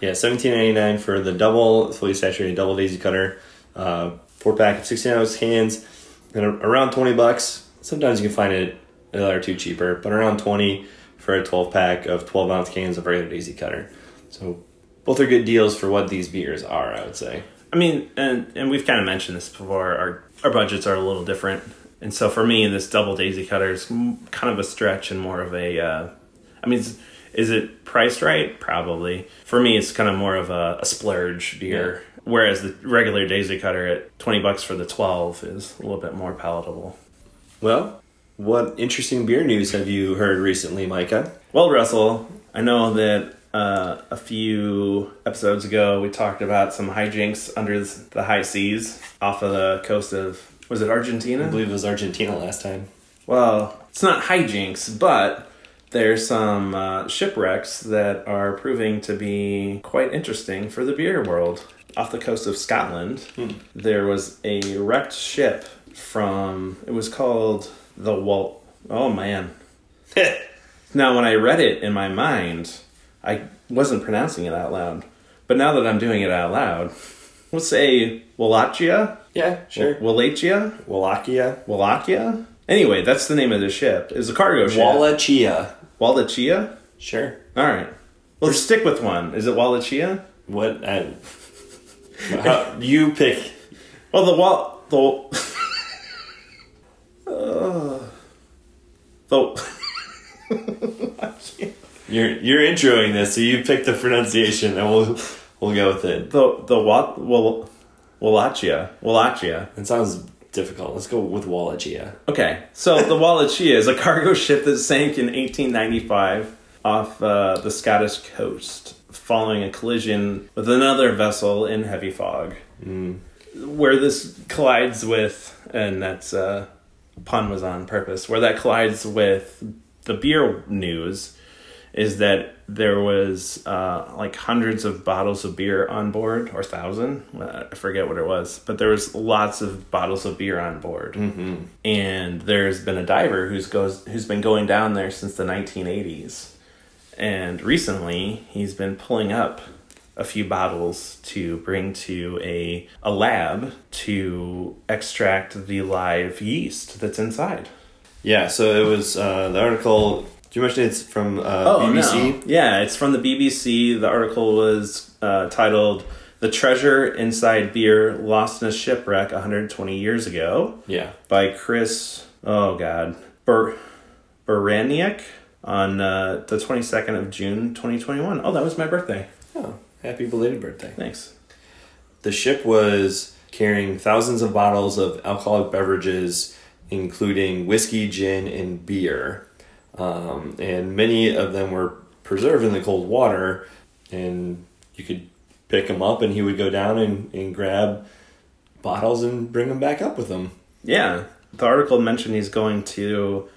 Yeah, seventeen ninety nine for the double fully saturated double daisy cutter, uh, four pack of sixteen ounce cans, and a- around twenty bucks. Sometimes you can find it a dollar or two cheaper, but around twenty for a twelve pack of twelve ounce cans of regular daisy cutter. So both are good deals for what these beers are, I would say.
I mean, and and we've kind of mentioned this before. Our our budgets are a little different, and so for me, this double daisy cutter is m- kind of a stretch and more of a. Uh, I mean, is, is it priced right? Probably. For me, it's kind of more of a, a splurge beer. Whereas the regular daisy cutter at twenty bucks for the twelve is a little bit more palatable.
Well, what interesting beer news have you heard recently, Micah?
Well, Russell, I know that uh, a few episodes ago we talked about some hijinks under the high seas off of the coast of was it Argentina?
I believe it was Argentina last time.
Well, it's not hijinks, but there's some uh, shipwrecks that are proving to be quite interesting for the beer world. Off the coast of Scotland, there was a wrecked ship from, it was called the Walt. Oh man. now, when I read it in my mind, I wasn't pronouncing it out loud. But now that I'm doing it out loud, we'll say Wallachia?
Yeah, sure.
Wallachia?
Wallachia.
Wallachia? Anyway, that's the name of the ship. It was a cargo ship.
Wallachia.
Wallachia?
Sure.
All right. Well, stick with one. Is it Wallachia?
What? I, how, you pick.
Well, Oh, the wall the uh, the
You're you're introing this, so you pick the pronunciation, and we'll we'll go with it.
the the wa- Wall Wallachia Wallachia.
It sounds difficult. Let's go with Wallachia.
Okay, so the Wallachia is a cargo ship that sank in 1895 off uh, the Scottish coast following a collision with another vessel in heavy fog. Where this collides with, and that's uh, pun was on purpose, where that collides with the beer news is that there was uh, like hundreds of bottles of beer on board or thousand uh, i forget what it was but there was lots of bottles of beer on board and there's been a diver who's goes who's been going down there since the 1980s and recently he's been pulling up a few bottles to bring to a a lab to extract the live yeast that's inside
Yeah. So it was uh, the article. Do you mention it's from uh, BBC?
no. yeah it's from the bbc the article was uh, titled the treasure inside beer lost in a shipwreck 120 years ago
Yeah.
by Chris. Oh God, Ber, Beraniak on uh, the twenty second of June, twenty twenty one. Oh, that was my birthday.
Oh, happy belated birthday.
Thanks.
The ship was carrying thousands of bottles of alcoholic beverages, including whiskey, gin, and beer. Um, and many of them were preserved in the cold water. And you could pick him up, and he would go down and, and grab bottles and bring them back up with him.
Yeah, the article mentioned he's going to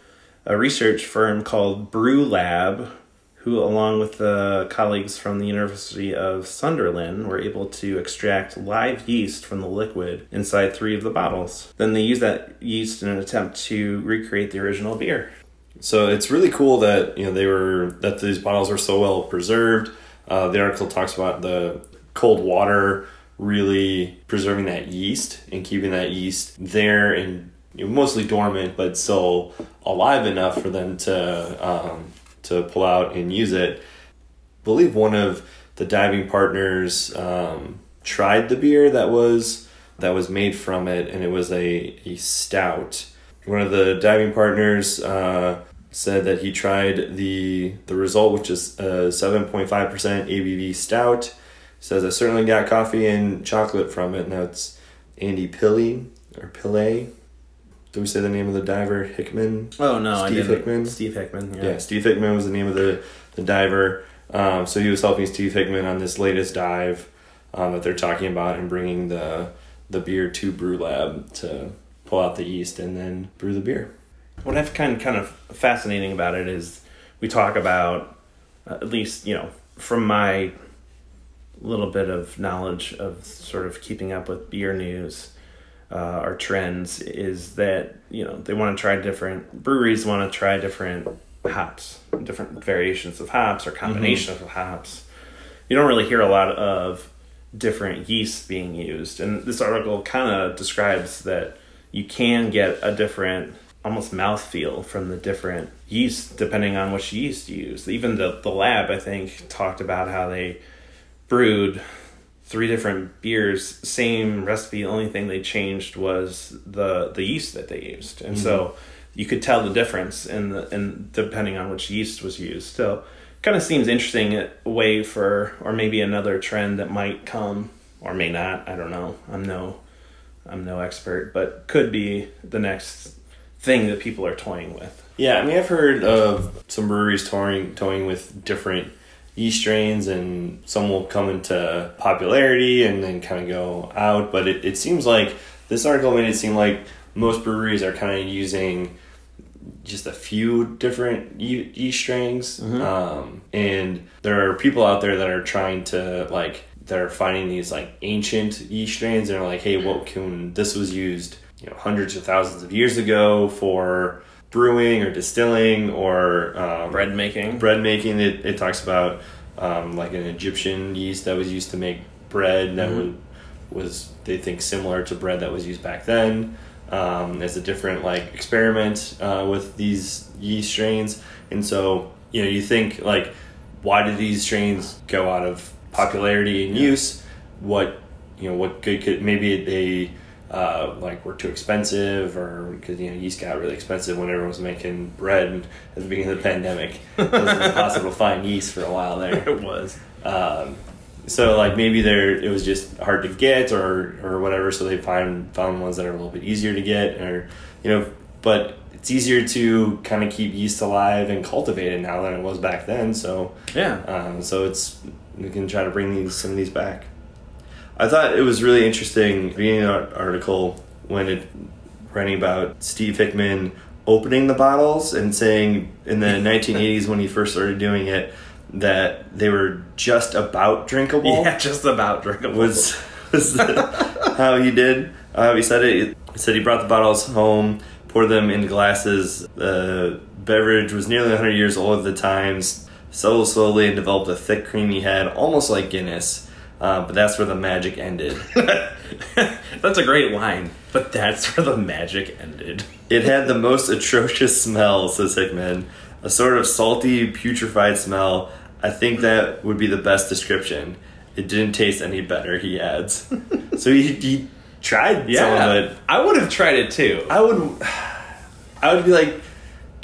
a research firm called Brew Lab, who, along with uh, colleagues from the University of Sunderland, were able to extract live yeast from the liquid inside three of the bottles. Then they used that yeast in an attempt to recreate the original beer.
So it's really cool that you know they were that these bottles were so well preserved. Uh, the article talks about the cold water really preserving that yeast and keeping that yeast there and you know, mostly dormant, but still alive enough for them to um, to pull out and use it. I believe one of the diving partners um, tried the beer that was that was made from it, and it was a, a stout. One of the diving partners uh, said that he tried the the result, which is a seven point five percent ABV stout. Says I certainly got coffee and chocolate from it. Now it's Andy Pillay or Pillay. Did we say the name of the diver? Hickman.
Oh no, I
Steve
didn't.
Hickman?
Steve Hickman.
Yeah, Steve Hickman was the name of the, the diver. Um, so he was helping Steve Hickman on this latest dive um, that they're talking about and bringing the the beer to brew lab to pull out the yeast and then brew the beer.
what I've kind kind of fascinating about it is we talk about uh, at least you know from my little bit of knowledge of sort of keeping up with beer news uh, or trends is that you know they want to try different breweries want to try different hops different variations of hops or combinations of hops you don't really hear a lot of different yeasts being used. And this article kind of describes that you can get a different almost mouthfeel from the different yeasts depending on which yeast you use. Even the, the lab, I think, talked about how they brewed three different beers, same recipe. The only thing they changed was the, the yeast that they used. And so you could tell the difference in the, in depending on which yeast was used. So kind of seems interesting a way for or maybe another trend that might come or may not i don't know i'm no i'm no expert but could be the next thing that people are toying with
Yeah, I mean I've heard of some breweries touring towing with different yeast strains and some will come into popularity and then kind of go out, but it, it seems like this article made it seem like most breweries are kind of using just a few different ye- yeast strains um, and there are people out there that are trying to like that are finding these like ancient yeast strains and are like hey what can this was used you know hundreds of thousands of years ago for brewing or distilling or um,
bread making
bread making it, it talks about um, like an egyptian yeast that was used to make bread that was, was they think similar to bread that was used back then um, it's a different like experiment uh, with these yeast strains and so you know you think like why did these strains go out of popularity and use? What you know, what good could maybe they uh, like were too expensive, or because you know yeast got really expensive when everyone was making bread at the beginning of the pandemic. it was impossible to find yeast for a while there.
It was.
Um, so like maybe there it was just hard to get or or whatever. So they find found ones that are a little bit easier to get or you know, but it's easier to kind of keep yeast alive and cultivate it now than it was back then. So
Yeah.
um, so it's we can try to bring these some of these back. I thought it was really interesting reading an ar- article when it writing about Steve Hickman opening the bottles and saying in the 1980s when he first started doing it that they were just about drinkable
yeah, just about drinkable.
was, was how he did. Uh, he said it. He said he brought the bottles home, poured them into glasses. The beverage was nearly 100 years old at the time, s- settled slowly and developed a thick, creamy head, almost like Guinness. Uh, but that's where the magic ended.
that's a great line, but that's where the magic ended.
It had the most atrocious smell, says Hickman. A sort of salty, putrefied smell. I think that would be the best description. It didn't taste any better, he adds. so he, he tried some of it.
I would have tried it too.
I would, I would be like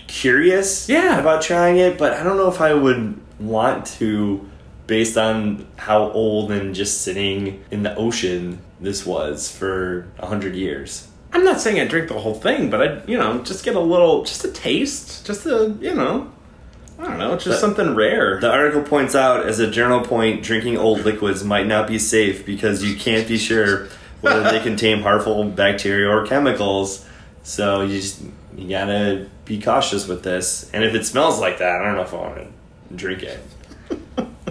curious,
Yeah.
about trying it, but I don't know if I would want to, based on how old and just sitting in the ocean this was for a hundred years.
I'm not saying I drink the whole thing, but I, you know, just get a little, just a taste, just a, you know, I don't know, just something rare.
The article points out, as a general point, drinking old liquids might not be safe because you can't be sure whether they contain harmful bacteria or chemicals. So you just you gotta be cautious with this. And if it smells like that, I don't know if I want to drink it.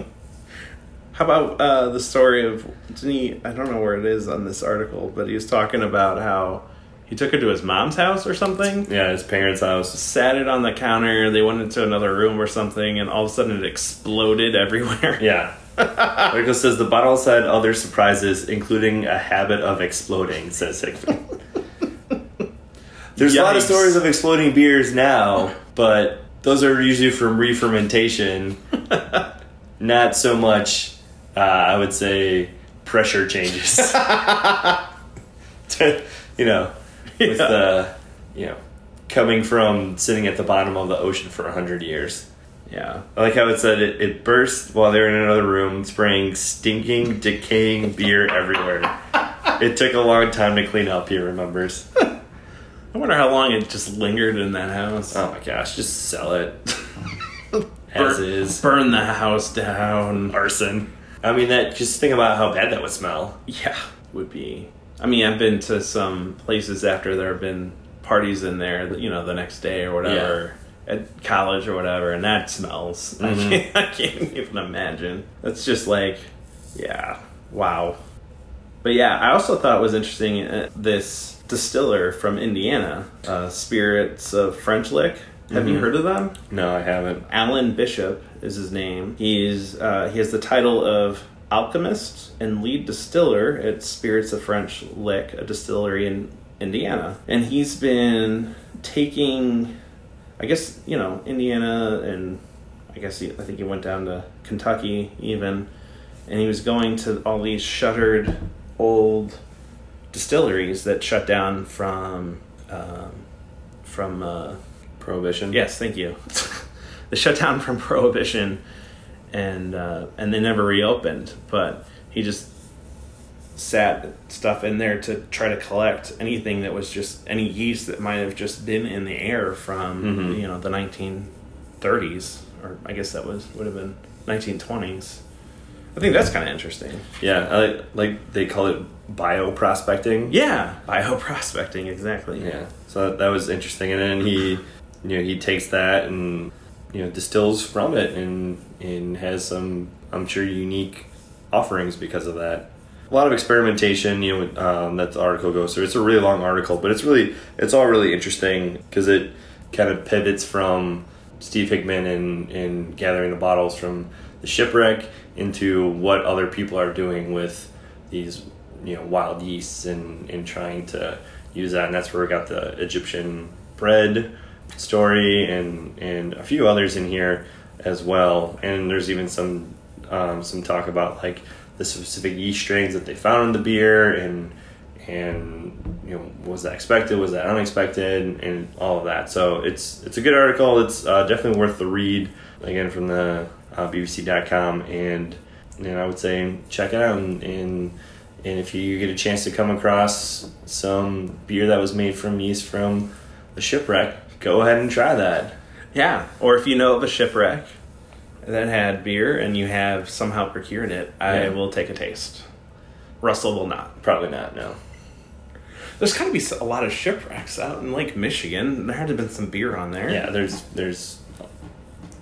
How about uh, the story of didn't he? I don't know where it is on this article, but he was talking about how he took her to his mom's house or something.
Yeah, his parents' house.
Sat it on the counter. They went into another room or something, and all of a sudden it exploded everywhere.
Yeah. Article says the bottles had other surprises, including a habit of exploding, says Hickman. There's a lot of
Yikes.
stories of exploding beers now, but those are usually from re fermentation, not so much, uh, I would say, pressure changes. you know, with
Yeah.
the, you know, coming from sitting at the bottom of the ocean for 100 years.
yeah.
I like how it said it, it burst while they were in another room, spraying stinking, decaying beer everywhere. It took a long time to clean up, he remembers.
I wonder how long it just lingered in that house.
Oh my gosh, just sell it.
Bur-
As is.
Burn the house down.
Arson. I mean, that. just think about how bad that would smell.
Yeah, would be. I mean, I've been to some places after there have been parties in there, you know, the next day or whatever, at college or whatever, and that smells. I, can't, I can't even imagine. That's just like, yeah, wow. But yeah, I also thought it was interesting uh, this distiller from Indiana, uh, Spirits of French Lick. Have you heard of them?
No, I haven't.
Alan Bishop is his name. He's uh, he has the title of alchemist and lead distiller at Spirits of French Lick, a distillery in Indiana, and he's been taking, I guess you know Indiana and I guess he, I think he went down to Kentucky even, and he was going to all these shuttered old distilleries that shut down from um, from. Uh,
Prohibition?
Yes, thank you. the shutdown from Prohibition, and uh, and they never reopened. But he just sat stuff in there to try to collect anything that was just any yeast that might have just been in the air from you know the 1930s, or I guess that was would have been 1920s. I think that's kind of interesting.
Yeah, I like, like they call it bioprospecting.
Yeah, bio prospecting exactly.
Yeah. So that, that was interesting. And then he, you know, he takes that and you know distills from it and and has some I'm sure unique offerings because of that. A lot of experimentation, you know, um, that the article goes through. It's a really long article, but it's really it's all really interesting because it kind of pivots from Steve Hickman and and gathering the bottles from the shipwreck into what other people are doing with these you know wild yeasts and and trying to use that and that's where we got the egyptian bread story and and a few others in here as well. And there's even some um, some talk about like the specific yeast strains that they found in the beer and and you know was that expected was that unexpected and all of that so it's it's a good article it's uh, definitely worth the read again from the uh, bbc.com and and i would say check it out and, and and if you get a chance to come across some beer that was made from yeast from a shipwreck go ahead and try that
Yeah. Or if you know of a shipwreck that had beer and you have somehow procured it, I
Yeah.
will take a taste. Russell will not.
probably not no
There's got to be a lot of shipwrecks out in Lake Michigan. There had to have been some beer on there.
yeah there's there's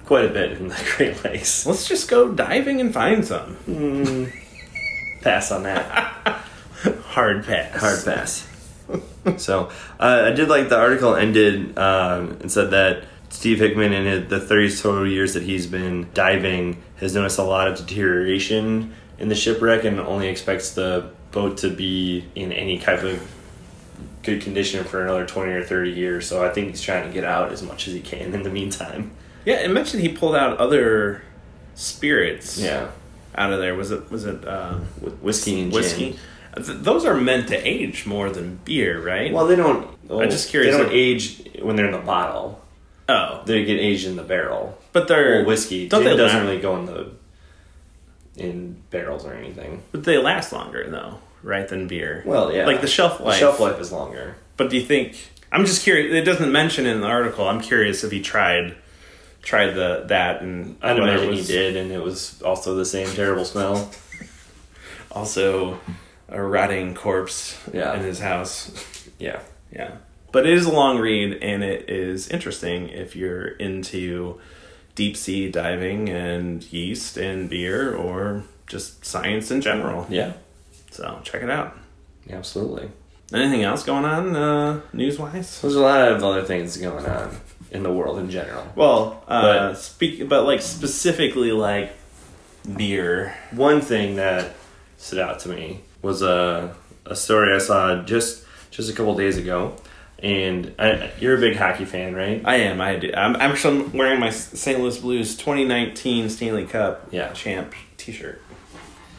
quite a bit in the great lakes
Let's just go diving and find some.
pass on that.
Hard pass.
Hard pass. so uh, I did like the article ended um, and said that Steve Hickman in his, the 30 total years that he's been diving has noticed a lot of deterioration in the shipwreck and only expects the boat to be in any type of good condition for another 20 or 30 years. So I think he's trying to get out as much as he can in the meantime.
Yeah, it mentioned he pulled out other spirits.
Yeah.
Out of there was it was it uh,
Wh- Whiskey and gin.
whiskey? Th- those are meant to age more than beer, right?
Well, they don't. oh,
I'm just curious
They don't
if-
age when they're in the bottle.
oh,
They get aged in the barrel.
but they're
Well, whiskey.
Don't
gin
they
doesn't
last?
really go in the in barrels or anything.
But they last longer though, right? Than beer.
Well, yeah.
Like the shelf life.
shelf life is longer.
But do you think? I'm just curious. It doesn't mention in the article. I'm curious if he tried tried the that and
I
whether it
imagine he
was
did, and it was also the same terrible smell.
Also, a rotting corpse
Yeah.
in his house.
Yeah,
Yeah. But it is a long read and it is interesting if you're into deep sea diving and yeast and beer or just science in general.
yeah,
So check it out.
absolutely.
Anything else going on uh, news wise?
There's a lot of other things going on in the world in general.
Well, uh,
But-
speak, but like specifically like beer.
one thing that stood out to me was a a story I saw just just a couple days ago, and I, you're a big hockey fan, right?
I am. I do. I'm actually wearing my St. Louis Blues 2019 Stanley Cup
Yeah.
champ T-shirt.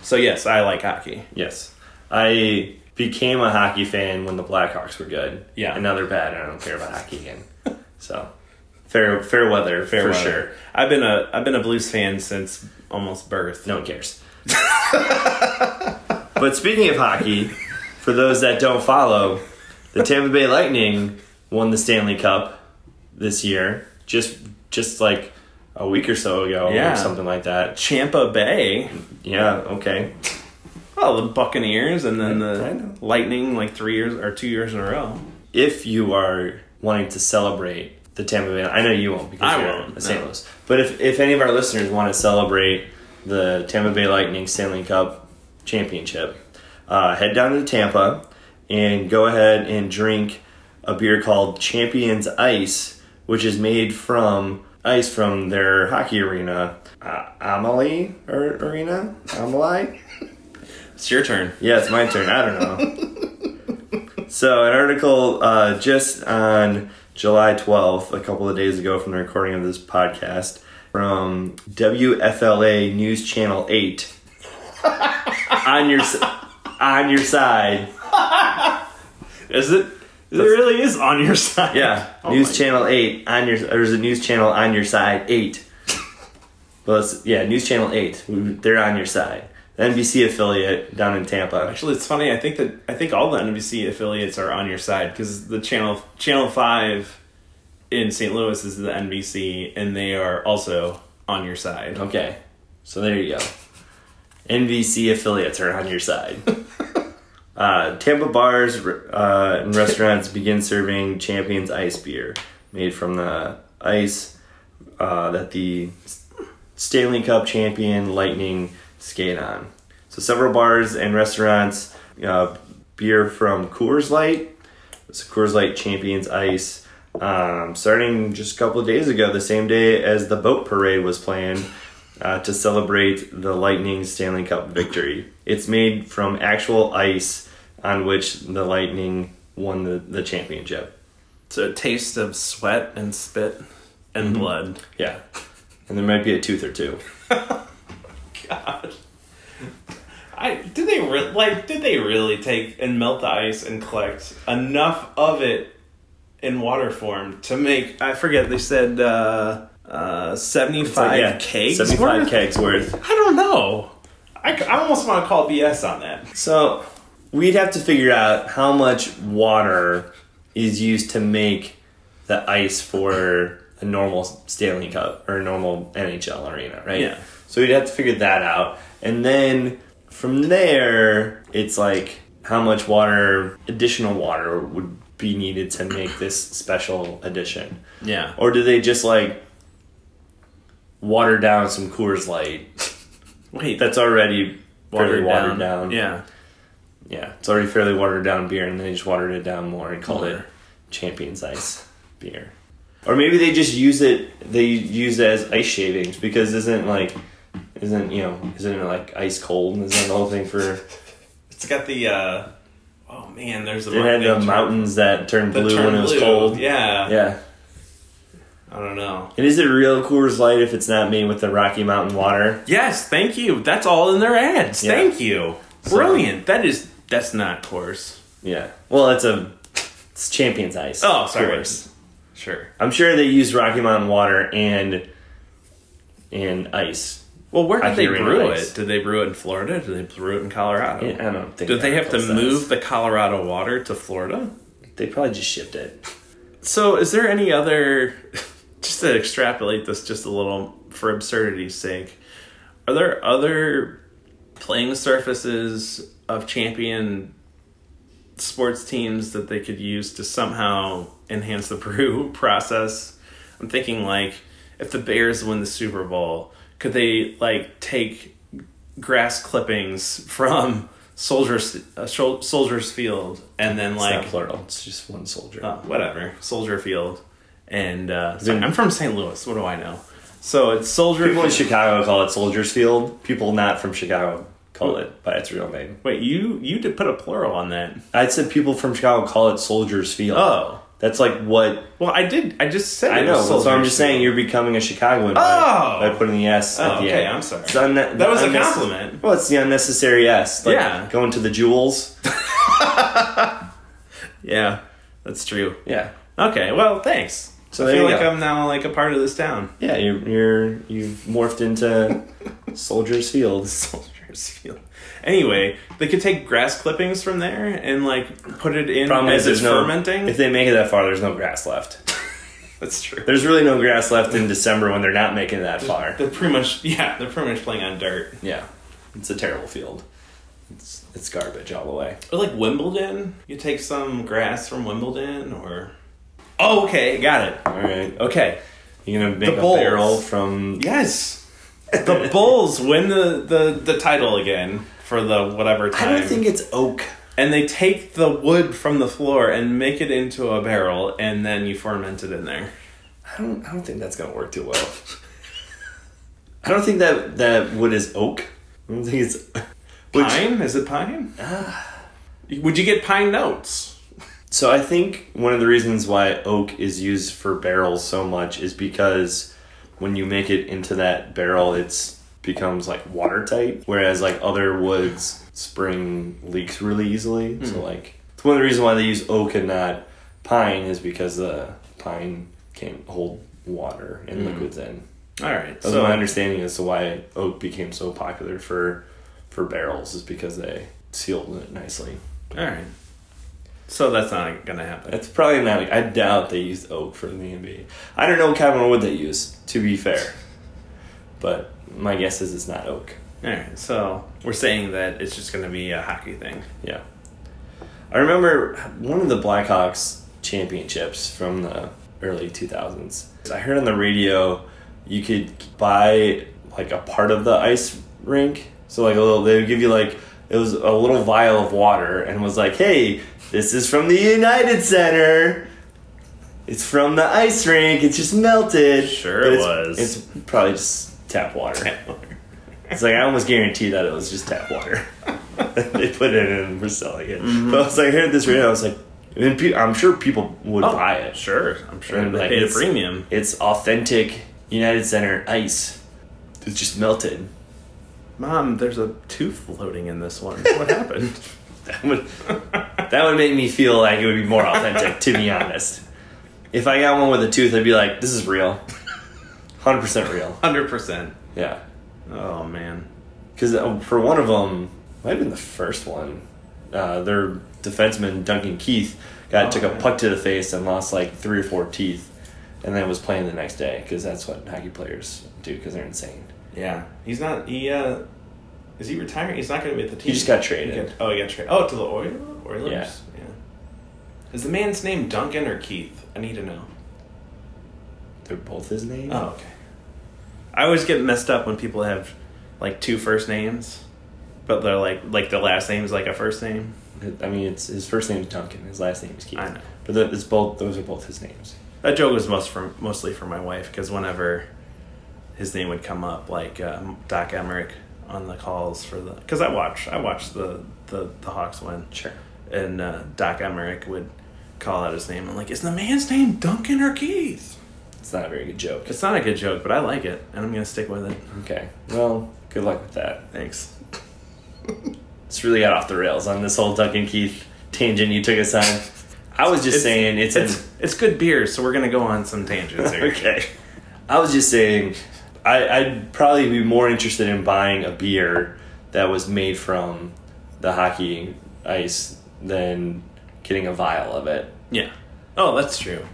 So yes, I like hockey.
Yes, I became a hockey fan when the Blackhawks were good.
Yeah.
and now they're bad. and I don't care about hockey again. so fair fair weather
Fair
for
weather.
sure.
I've been a I've been a Blues fan since almost birth.
No one cares. but speaking of hockey, for those that don't follow, the Tampa Bay Lightning won the Stanley Cup this year. Just just like a week or so ago
Yeah.
or something like that.
Champa Bay.
Yeah, okay.
Oh, the Buccaneers and then
I know.
the Lightning like 3 years or 2 years in a row.
If you are wanting to celebrate the Tampa Bay I know you won't because
I
you're
won't,
a St.
no.
Louis. But if, if any of our listeners want to celebrate the Tampa Bay Lightning Stanley Cup championship, uh, head down to Tampa and go ahead and drink a beer called Champions Ice, which is made from ice from their hockey arena, uh, Amalie or Arena, Amalie.
It's your turn.
Yeah, it's my turn. I don't know. so, an article uh, just on July 12th, a couple of days ago from the recording of this podcast, from WFLA News Channel 8. on your s- on your side.
Is it it really is on your side.
Yeah,
Oh my-
News Channel Eight on your. There's a News Channel on your side eight. well, it's, yeah, News Channel Eight. They're on your side. The NBC affiliate down in Tampa.
Actually, it's funny. I think that I think all the NBC affiliates are on your side because the channel Channel Five in St. Louis is the NBC, and they are also on your side.
Okay, so there you go. NBC affiliates are on your side. uh, Tampa bars uh, and restaurants begin serving Champions Ice beer, made from the ice uh, that the Stanley Cup champion Lightning skate on. So several bars and restaurants, uh, beer from Coors Light, it's Coors Light Champions Ice. Um, starting just a couple of days ago, the same day as the boat parade was planned uh, to celebrate the Lightning Stanley Cup victory. It's made from actual ice on which the Lightning won the, the championship.
Mm-hmm. So, a taste of sweat and spit and blood.
Yeah. and there might be a tooth or two.
God. I did they re- like did they really take and melt the ice and collect enough of it in water form to make I forget they said uh uh 75 cakes
75
worth?
kegs worth.
I don't know. I, c- I almost want to call BS on that.
So we'd have to figure out how much water is used to make the ice for a normal Stanley Cup or a normal NHL arena, right?
Yeah.
So we'd have to figure that out. And then from there, it's like how much water, additional water, would be needed to make this special edition.
Yeah.
Or do they just like water down some Coors Light
Wait,
that's already fairly watered down?
Yeah.
Yeah, it's already fairly watered down beer, and they just watered it down more and called it
More.
Champions Ice beer. Or maybe they just use it. They use it as ice shavings because isn't like, isn't you know, isn't it like ice cold? And isn't that the whole thing for it
It's got the uh oh man, there's the
had the
mountain-
mountains that turned
that
blue
turn
when it was
blue.
cold?
Yeah.
yeah.
I don't know.
And is it real Coors Light if it's not made with the Rocky Mountain water?
Yes, thank you. That's all in their ads.
Yeah.
Thank you. Brilliant. that is that's not course.
Yeah. Well, it's a, it's Champions Ice.
Oh, sorry.
Coors.
Sure.
I'm sure they used Rocky Mountain water and, and ice
Well, where did
I
they
hear it
brew
nice.
it? Did they brew it in Florida? Did they brew it in Colorado?
Yeah, I don't think.
Did Oh. they
that
have to
process.
move the Colorado water to Florida?
They probably just shipped it.
So, is there any other, just to extrapolate this just a little for absurdity's sake, are there other playing surfaces of champion sports teams that they could use to somehow enhance the brew process? I'm thinking, like, if the Bears win the Super Bowl, could they, like, take grass clippings from Soldier's, uh, Shol- Soldier's Field and then,
It's
like,
not plural. It's just one soldier.
uh, whatever, Soldier Field. And uh, so- I'm from St. Louis. What do I know? So it's Soldier.
People in
Field.
Chicago call it Soldiers Field. People not from Chicago call it by its real name.
Wait, you you did put a plural on that.
I said people from Chicago call it Soldiers Field.
Oh,
That's like what
well, I did. I just said.
I
it
know.
was
So I'm
Soldier's
just
Field.
saying you're becoming a Chicagoan
Oh!
by, by putting the S at
Oh,
the
okay,
end.
I'm sorry.
It's unne-
That was a
unnecess-
compliment.
Well, it's the unnecessary S. Like
Yeah.
Going to the jewels.
Yeah, that's true.
yeah.
Okay, well, thanks.
So
I
there
feel
you
like
go.
I'm now like a part of this town.
Yeah. You're, you're you've morphed into Soldiers Field.
Soldier's Field. Anyway, they could take grass clippings from there and like put it in
Problem
as
is,
it's
there's no
fermenting.
If they make it that far, there's no grass left.
that's true.
There's really no grass left in December when they're not making it that far.
They're pretty much yeah. They're pretty much playing on dirt.
Yeah, it's a terrible field. It's it's garbage all the way.
Or like Wimbledon, you take some grass from Wimbledon, or oh, okay, got it.
All right, okay. You're Oh, gonna make
The
a
Bulls.
barrel from
Yes, the Bulls win the the the title again for the whatever
I
time.
don't think it's oak.
and they take the wood from the floor and make it into a barrel, and then you ferment it in there.
I don't. I don't think that's gonna work too well. I don't think that that wood is oak. I don't think it's. Which, Ah.
Pine? Is it pine? Would you get pine notes?
So I think one of the reasons why oak is used for barrels so much is because when you make it into that barrel, it's becomes like watertight, whereas like other woods, spring leaks really easily. So like it's one of the reasons why they use oak and not pine is because the pine can't hold water and liquids in.
All right,
That's
so
my understanding as to why oak became so popular for for barrels is because they sealed it nicely.
all right, so that's not gonna happen.
That's probably not. I doubt they used oak for the B. I don't know what kind of wood they use. To be fair, but my guess is it's not oak.
All right, so we're saying that it's just gonna be a hockey thing.
Yeah, I remember one of the Blackhawks championships from the early two thousands. I heard on the radio you could buy like a part of the ice rink. So like a little, they would give you like it was a little vial of water and was like, hey, this is from the United Center. It's from the ice rink. It's just melted.
Sure
But
it
it's-
was.
It's probably just tap water. It's like I almost guarantee that it was just tap water. they put it in and we're selling it. But I was like, I heard this radio. I was like,
Oh.
and pe- I'm sure people would buy it.
Sure, I'm sure
And,
they
like,
paid a
it's-
premium.
It's authentic United Center ice. It just melted.
Mom, there's a tooth floating in this one. What happened?
That would that would make me feel like it would be more authentic, to be honest. If I got one with a tooth, I'd be like, this is real. 100% real.
100%.
Yeah.
Oh, man.
Because uh, for one of them, might have been the first one, uh, their defenseman, Duncan Keith, got
Oh,
took a
yeah.
puck to the face and lost like three or four teeth and then was playing the next day because that's what hockey players do because they're insane.
Yeah. He's not, he, uh, is he retiring? He's not going to be at the team.
He just got traded.
got- oh, he got traded. Oh, to the Oil- Oilers?
Yeah.
yeah. Is the man's name Duncan or Keith? I need to know.
They're both his name?
Oh, okay. I always get messed up when people have like two first names, but they're like like the last name is like a first name.
I mean, it's his first name is Duncan. His last name is Keith.
I know.
But the, it's both. Those are both his names.
That joke was most from mostly for my wife because whenever his name would come up, like um, Doc Emmerich on the calls for the because I watch I watch the the the Hawks win
Sure.
and uh, Doc Emmerich would call out his name. I'm like, is the man's name Duncan or Keith?
It's not a very good joke.
It's not a good joke, but I like it, and I'm gonna stick with it.
Okay. Well, good luck with that.
Thanks.
It's really got off the rails on this whole Duncan Keith tangent you took us on. I was just
It's-
saying it's,
It's it's good beer, so we're gonna go on some tangents here.
okay. I was just saying I, I'd probably be more interested in buying a beer that was made from the hockey ice than getting a vial of it.
Yeah. Oh, that's true.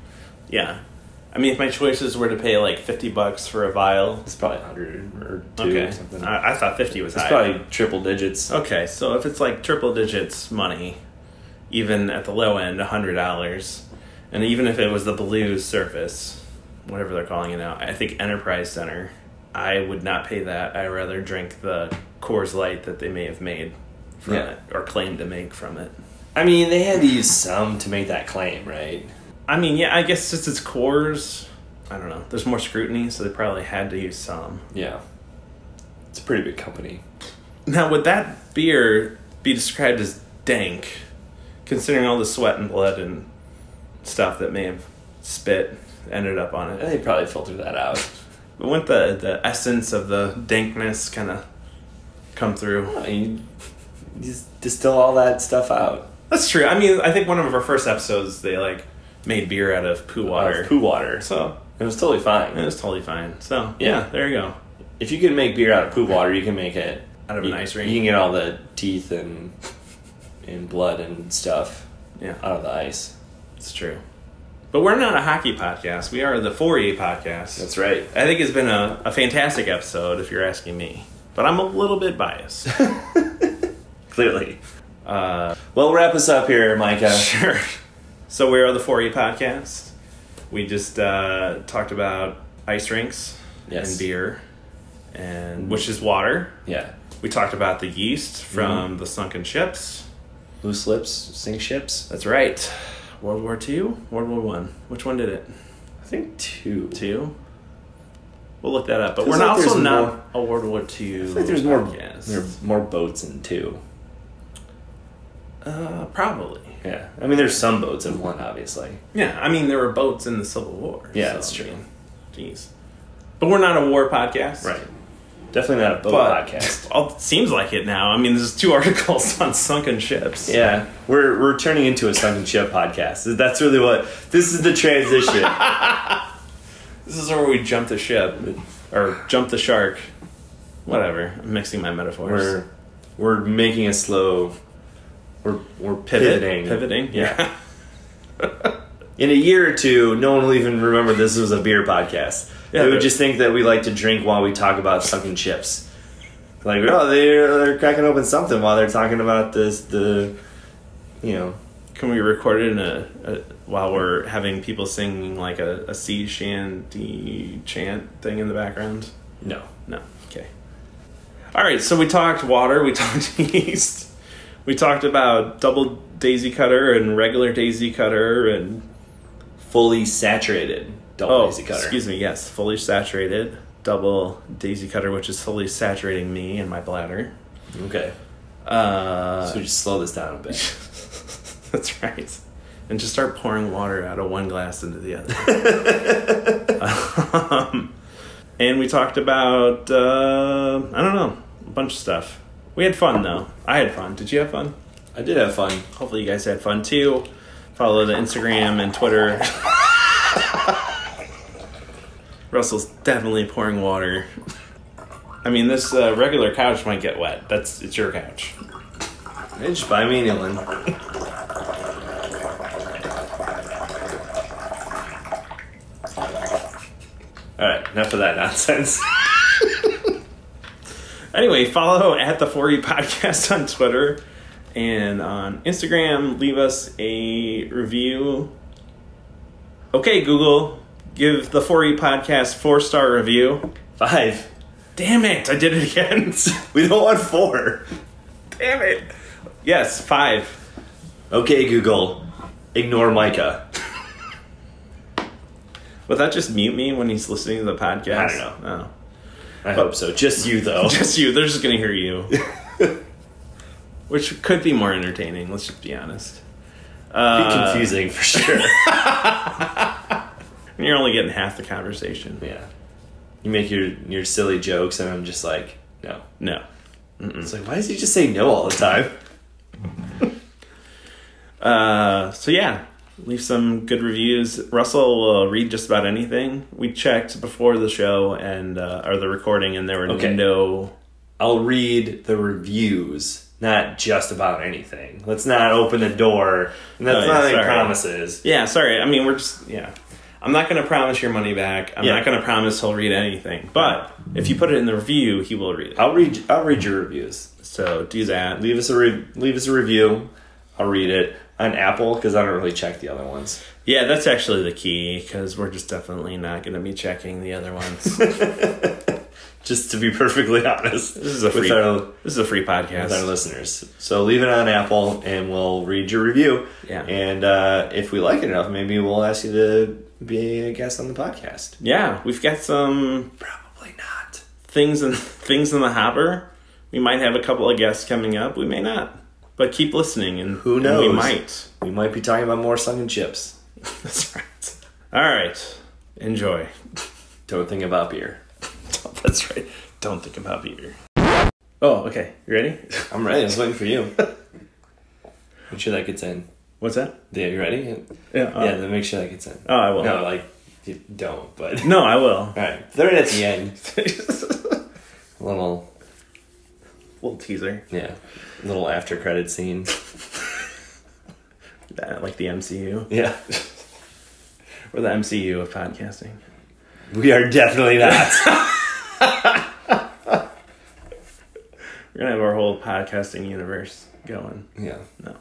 Yeah. I mean, if my choices were to pay like fifty bucks for a vial,
It's probably hundred or two or
okay,
something.
I, I thought fifty was
it's
high.
probably triple digits.
Okay, so if it's like triple digits money, even at the low end, hundred dollars, and even if it was the blue surface, whatever they're calling it now, I think Enterprise Center, I would not pay that. I'd rather drink the Coors Light that they may have made from
Yeah.
it or claimed to make from it.
I mean, they had to use some to make that claim, right?
I mean, yeah, I guess since it's cores, I don't know. There's more scrutiny, so they probably had to use some.
Yeah. It's a pretty big company.
Now, would that beer be described as dank, considering all the sweat and blood and stuff that may have spit ended up on it?
They probably filter that out.
But wouldn't the, the essence of the dankness kind of come through?
I mean, you just distill all that stuff out.
That's true. I mean, I think one of our first episodes, they like made beer out of poo water.
Of poo water.
So,
It was totally fine.
it was totally fine. So,
Yeah.
yeah, there you go.
If you can make beer out of poo water, you can make it
Out of
you,
an ice rink.
You can get all the teeth and and blood and stuff
Yeah.
out of the ice.
It's true. But we're not a hockey podcast. We are the Fourier podcast.
right.
I think it's been a, a fantastic episode, if you're asking me. But I'm a little bit biased.
Clearly.
Uh,
Well, wrap us up here, Micah.
sure. So we are the Fourier podcast. We just uh, talked about ice rinks
Yes.
and beer, and which is water.
Yeah.
We talked about the yeast from the sunken ships.
Loose lips, sink ships.
That's right. World War Two, World War One. Which one did it?
I think two.
Two. We'll look that up. But
Feels
we're
like
not- also
there's
not a World War Two.
I think there's more.
podcast.
There are more boats in two.
Uh, probably.
Yeah. I mean, there's some boats in one, obviously.
Yeah, I mean there were boats in the Civil War.
Yeah,
so,
that's true.
I mean, Jeez, but we're not a war podcast,
Definitely not a boat
But
podcast.
Well, it seems like it now. I mean, there's two articles on sunken ships.
Yeah, we're we're turning into a sunken ship podcast. That's really what this is. The transition.
this is where we jump the ship or jump the shark. Whatever. I'm mixing my metaphors.
we're we're making a slow. We're we're pivoting.
Pivoting.
Yeah. In a year or two, no one will even remember this was a beer podcast.
Yeah,
they would
but-
just think that we like to drink while we talk about sunken ships. Like, oh, they're they're cracking open something while they're talking about this the, you know,
Can we record it in a, a while we're having people singing like a, a sea shanty chant thing in the background?
no.
No. Okay. All right. So we talked water. We talked yeast. We talked about double daisy cutter and regular daisy cutter and
Fully saturated double
oh,
daisy cutter.
excuse me. Yes, fully saturated double daisy cutter, which is fully saturating me and my bladder.
Okay,
Uh,
so just slow this down a bit.
that's right. And just start pouring water out of one glass into the other. um, and we talked about uh, I don't know a bunch of stuff. We had fun though. I had fun. Did you have fun?
I did have fun.
Hopefully you guys had fun too. Follow the Instagram and Twitter. Russell's definitely pouring water. I mean, this uh, regular couch might get wet. That's it's your couch.
Hey, just buy me an England.
All right, enough of that nonsense. anyway, follow at the 4E podcast on Twitter and on Instagram. Leave us a review. Okay, Google, give the 4E podcast four star review.
Five.
Damn it, I did it again.
We don't want four.
Damn it. Yes, five.
Okay, Google. Ignore Micah.
Would that just mute me when he's listening to the podcast?
I don't
know.
I hope so. Just you, though.
Just you. They're just going to hear you. Which could be more entertaining, let's just be honest.
Be
Uh,
confusing for sure.
You're only getting half the conversation.
yeah. You make your, your silly jokes, and I'm just like, no.
No. Hmm.
It's like, why does he just say no all the time?
Uh, so yeah, leave some good reviews. Russell will read just about anything. We checked before the show and uh, or the recording, and there were
Okay.
no.
I'll read the reviews, not just about anything. Let's not open the door. And that's
Oh, yeah,
not any
sorry.
promises.
Yeah, sorry. I mean, we're just yeah. I'm not going to promise your money back. I'm
Yeah.
not going to promise he'll read anything. But if you put it in the review, he will read it.
I'll read. I'll read your reviews.
So do that.
Leave us a re- leave us a review. I'll read it on Apple because I don't really check the other ones.
Yeah, that's actually the key because we're just definitely not going to be checking the other ones.
Just to be perfectly honest,
this is a free.
with our
this is a free podcast.
with our listeners. So leave it on Apple, and we'll read your review.
Yeah.
And uh, if we like it enough, maybe we'll ask you to be a guest on the podcast.
yeah, we've got some
Probably not.
things and things in the hopper. We might have a couple of guests coming up. We may not, but keep listening, and
Who
and we
knows?
might.
We might be talking about more sun and chips.
That's right. All right. Enjoy.
Don't think about beer.
That's right. Don't think about beer. Oh, okay. You ready? Um,
I'm ready. I was waiting for you. Make sure that gets in.
What's that?
Yeah, you ready?
Yeah. Oh,
yeah, then make sure that gets in.
oh I will.
No,
No,
like, you don't, but.
I will.
Alright, throw it at the end. little,
Little teaser.
yeah, little after credit scene.
Uh, like the MCU.
Yeah.
We're the MCU of podcasting.
We are definitely not.
We're going to have our whole podcasting universe going.
yeah.
No.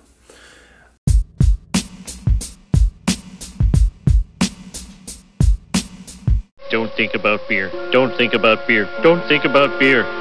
Don't think about beer. Don't think about beer. Don't think about beer.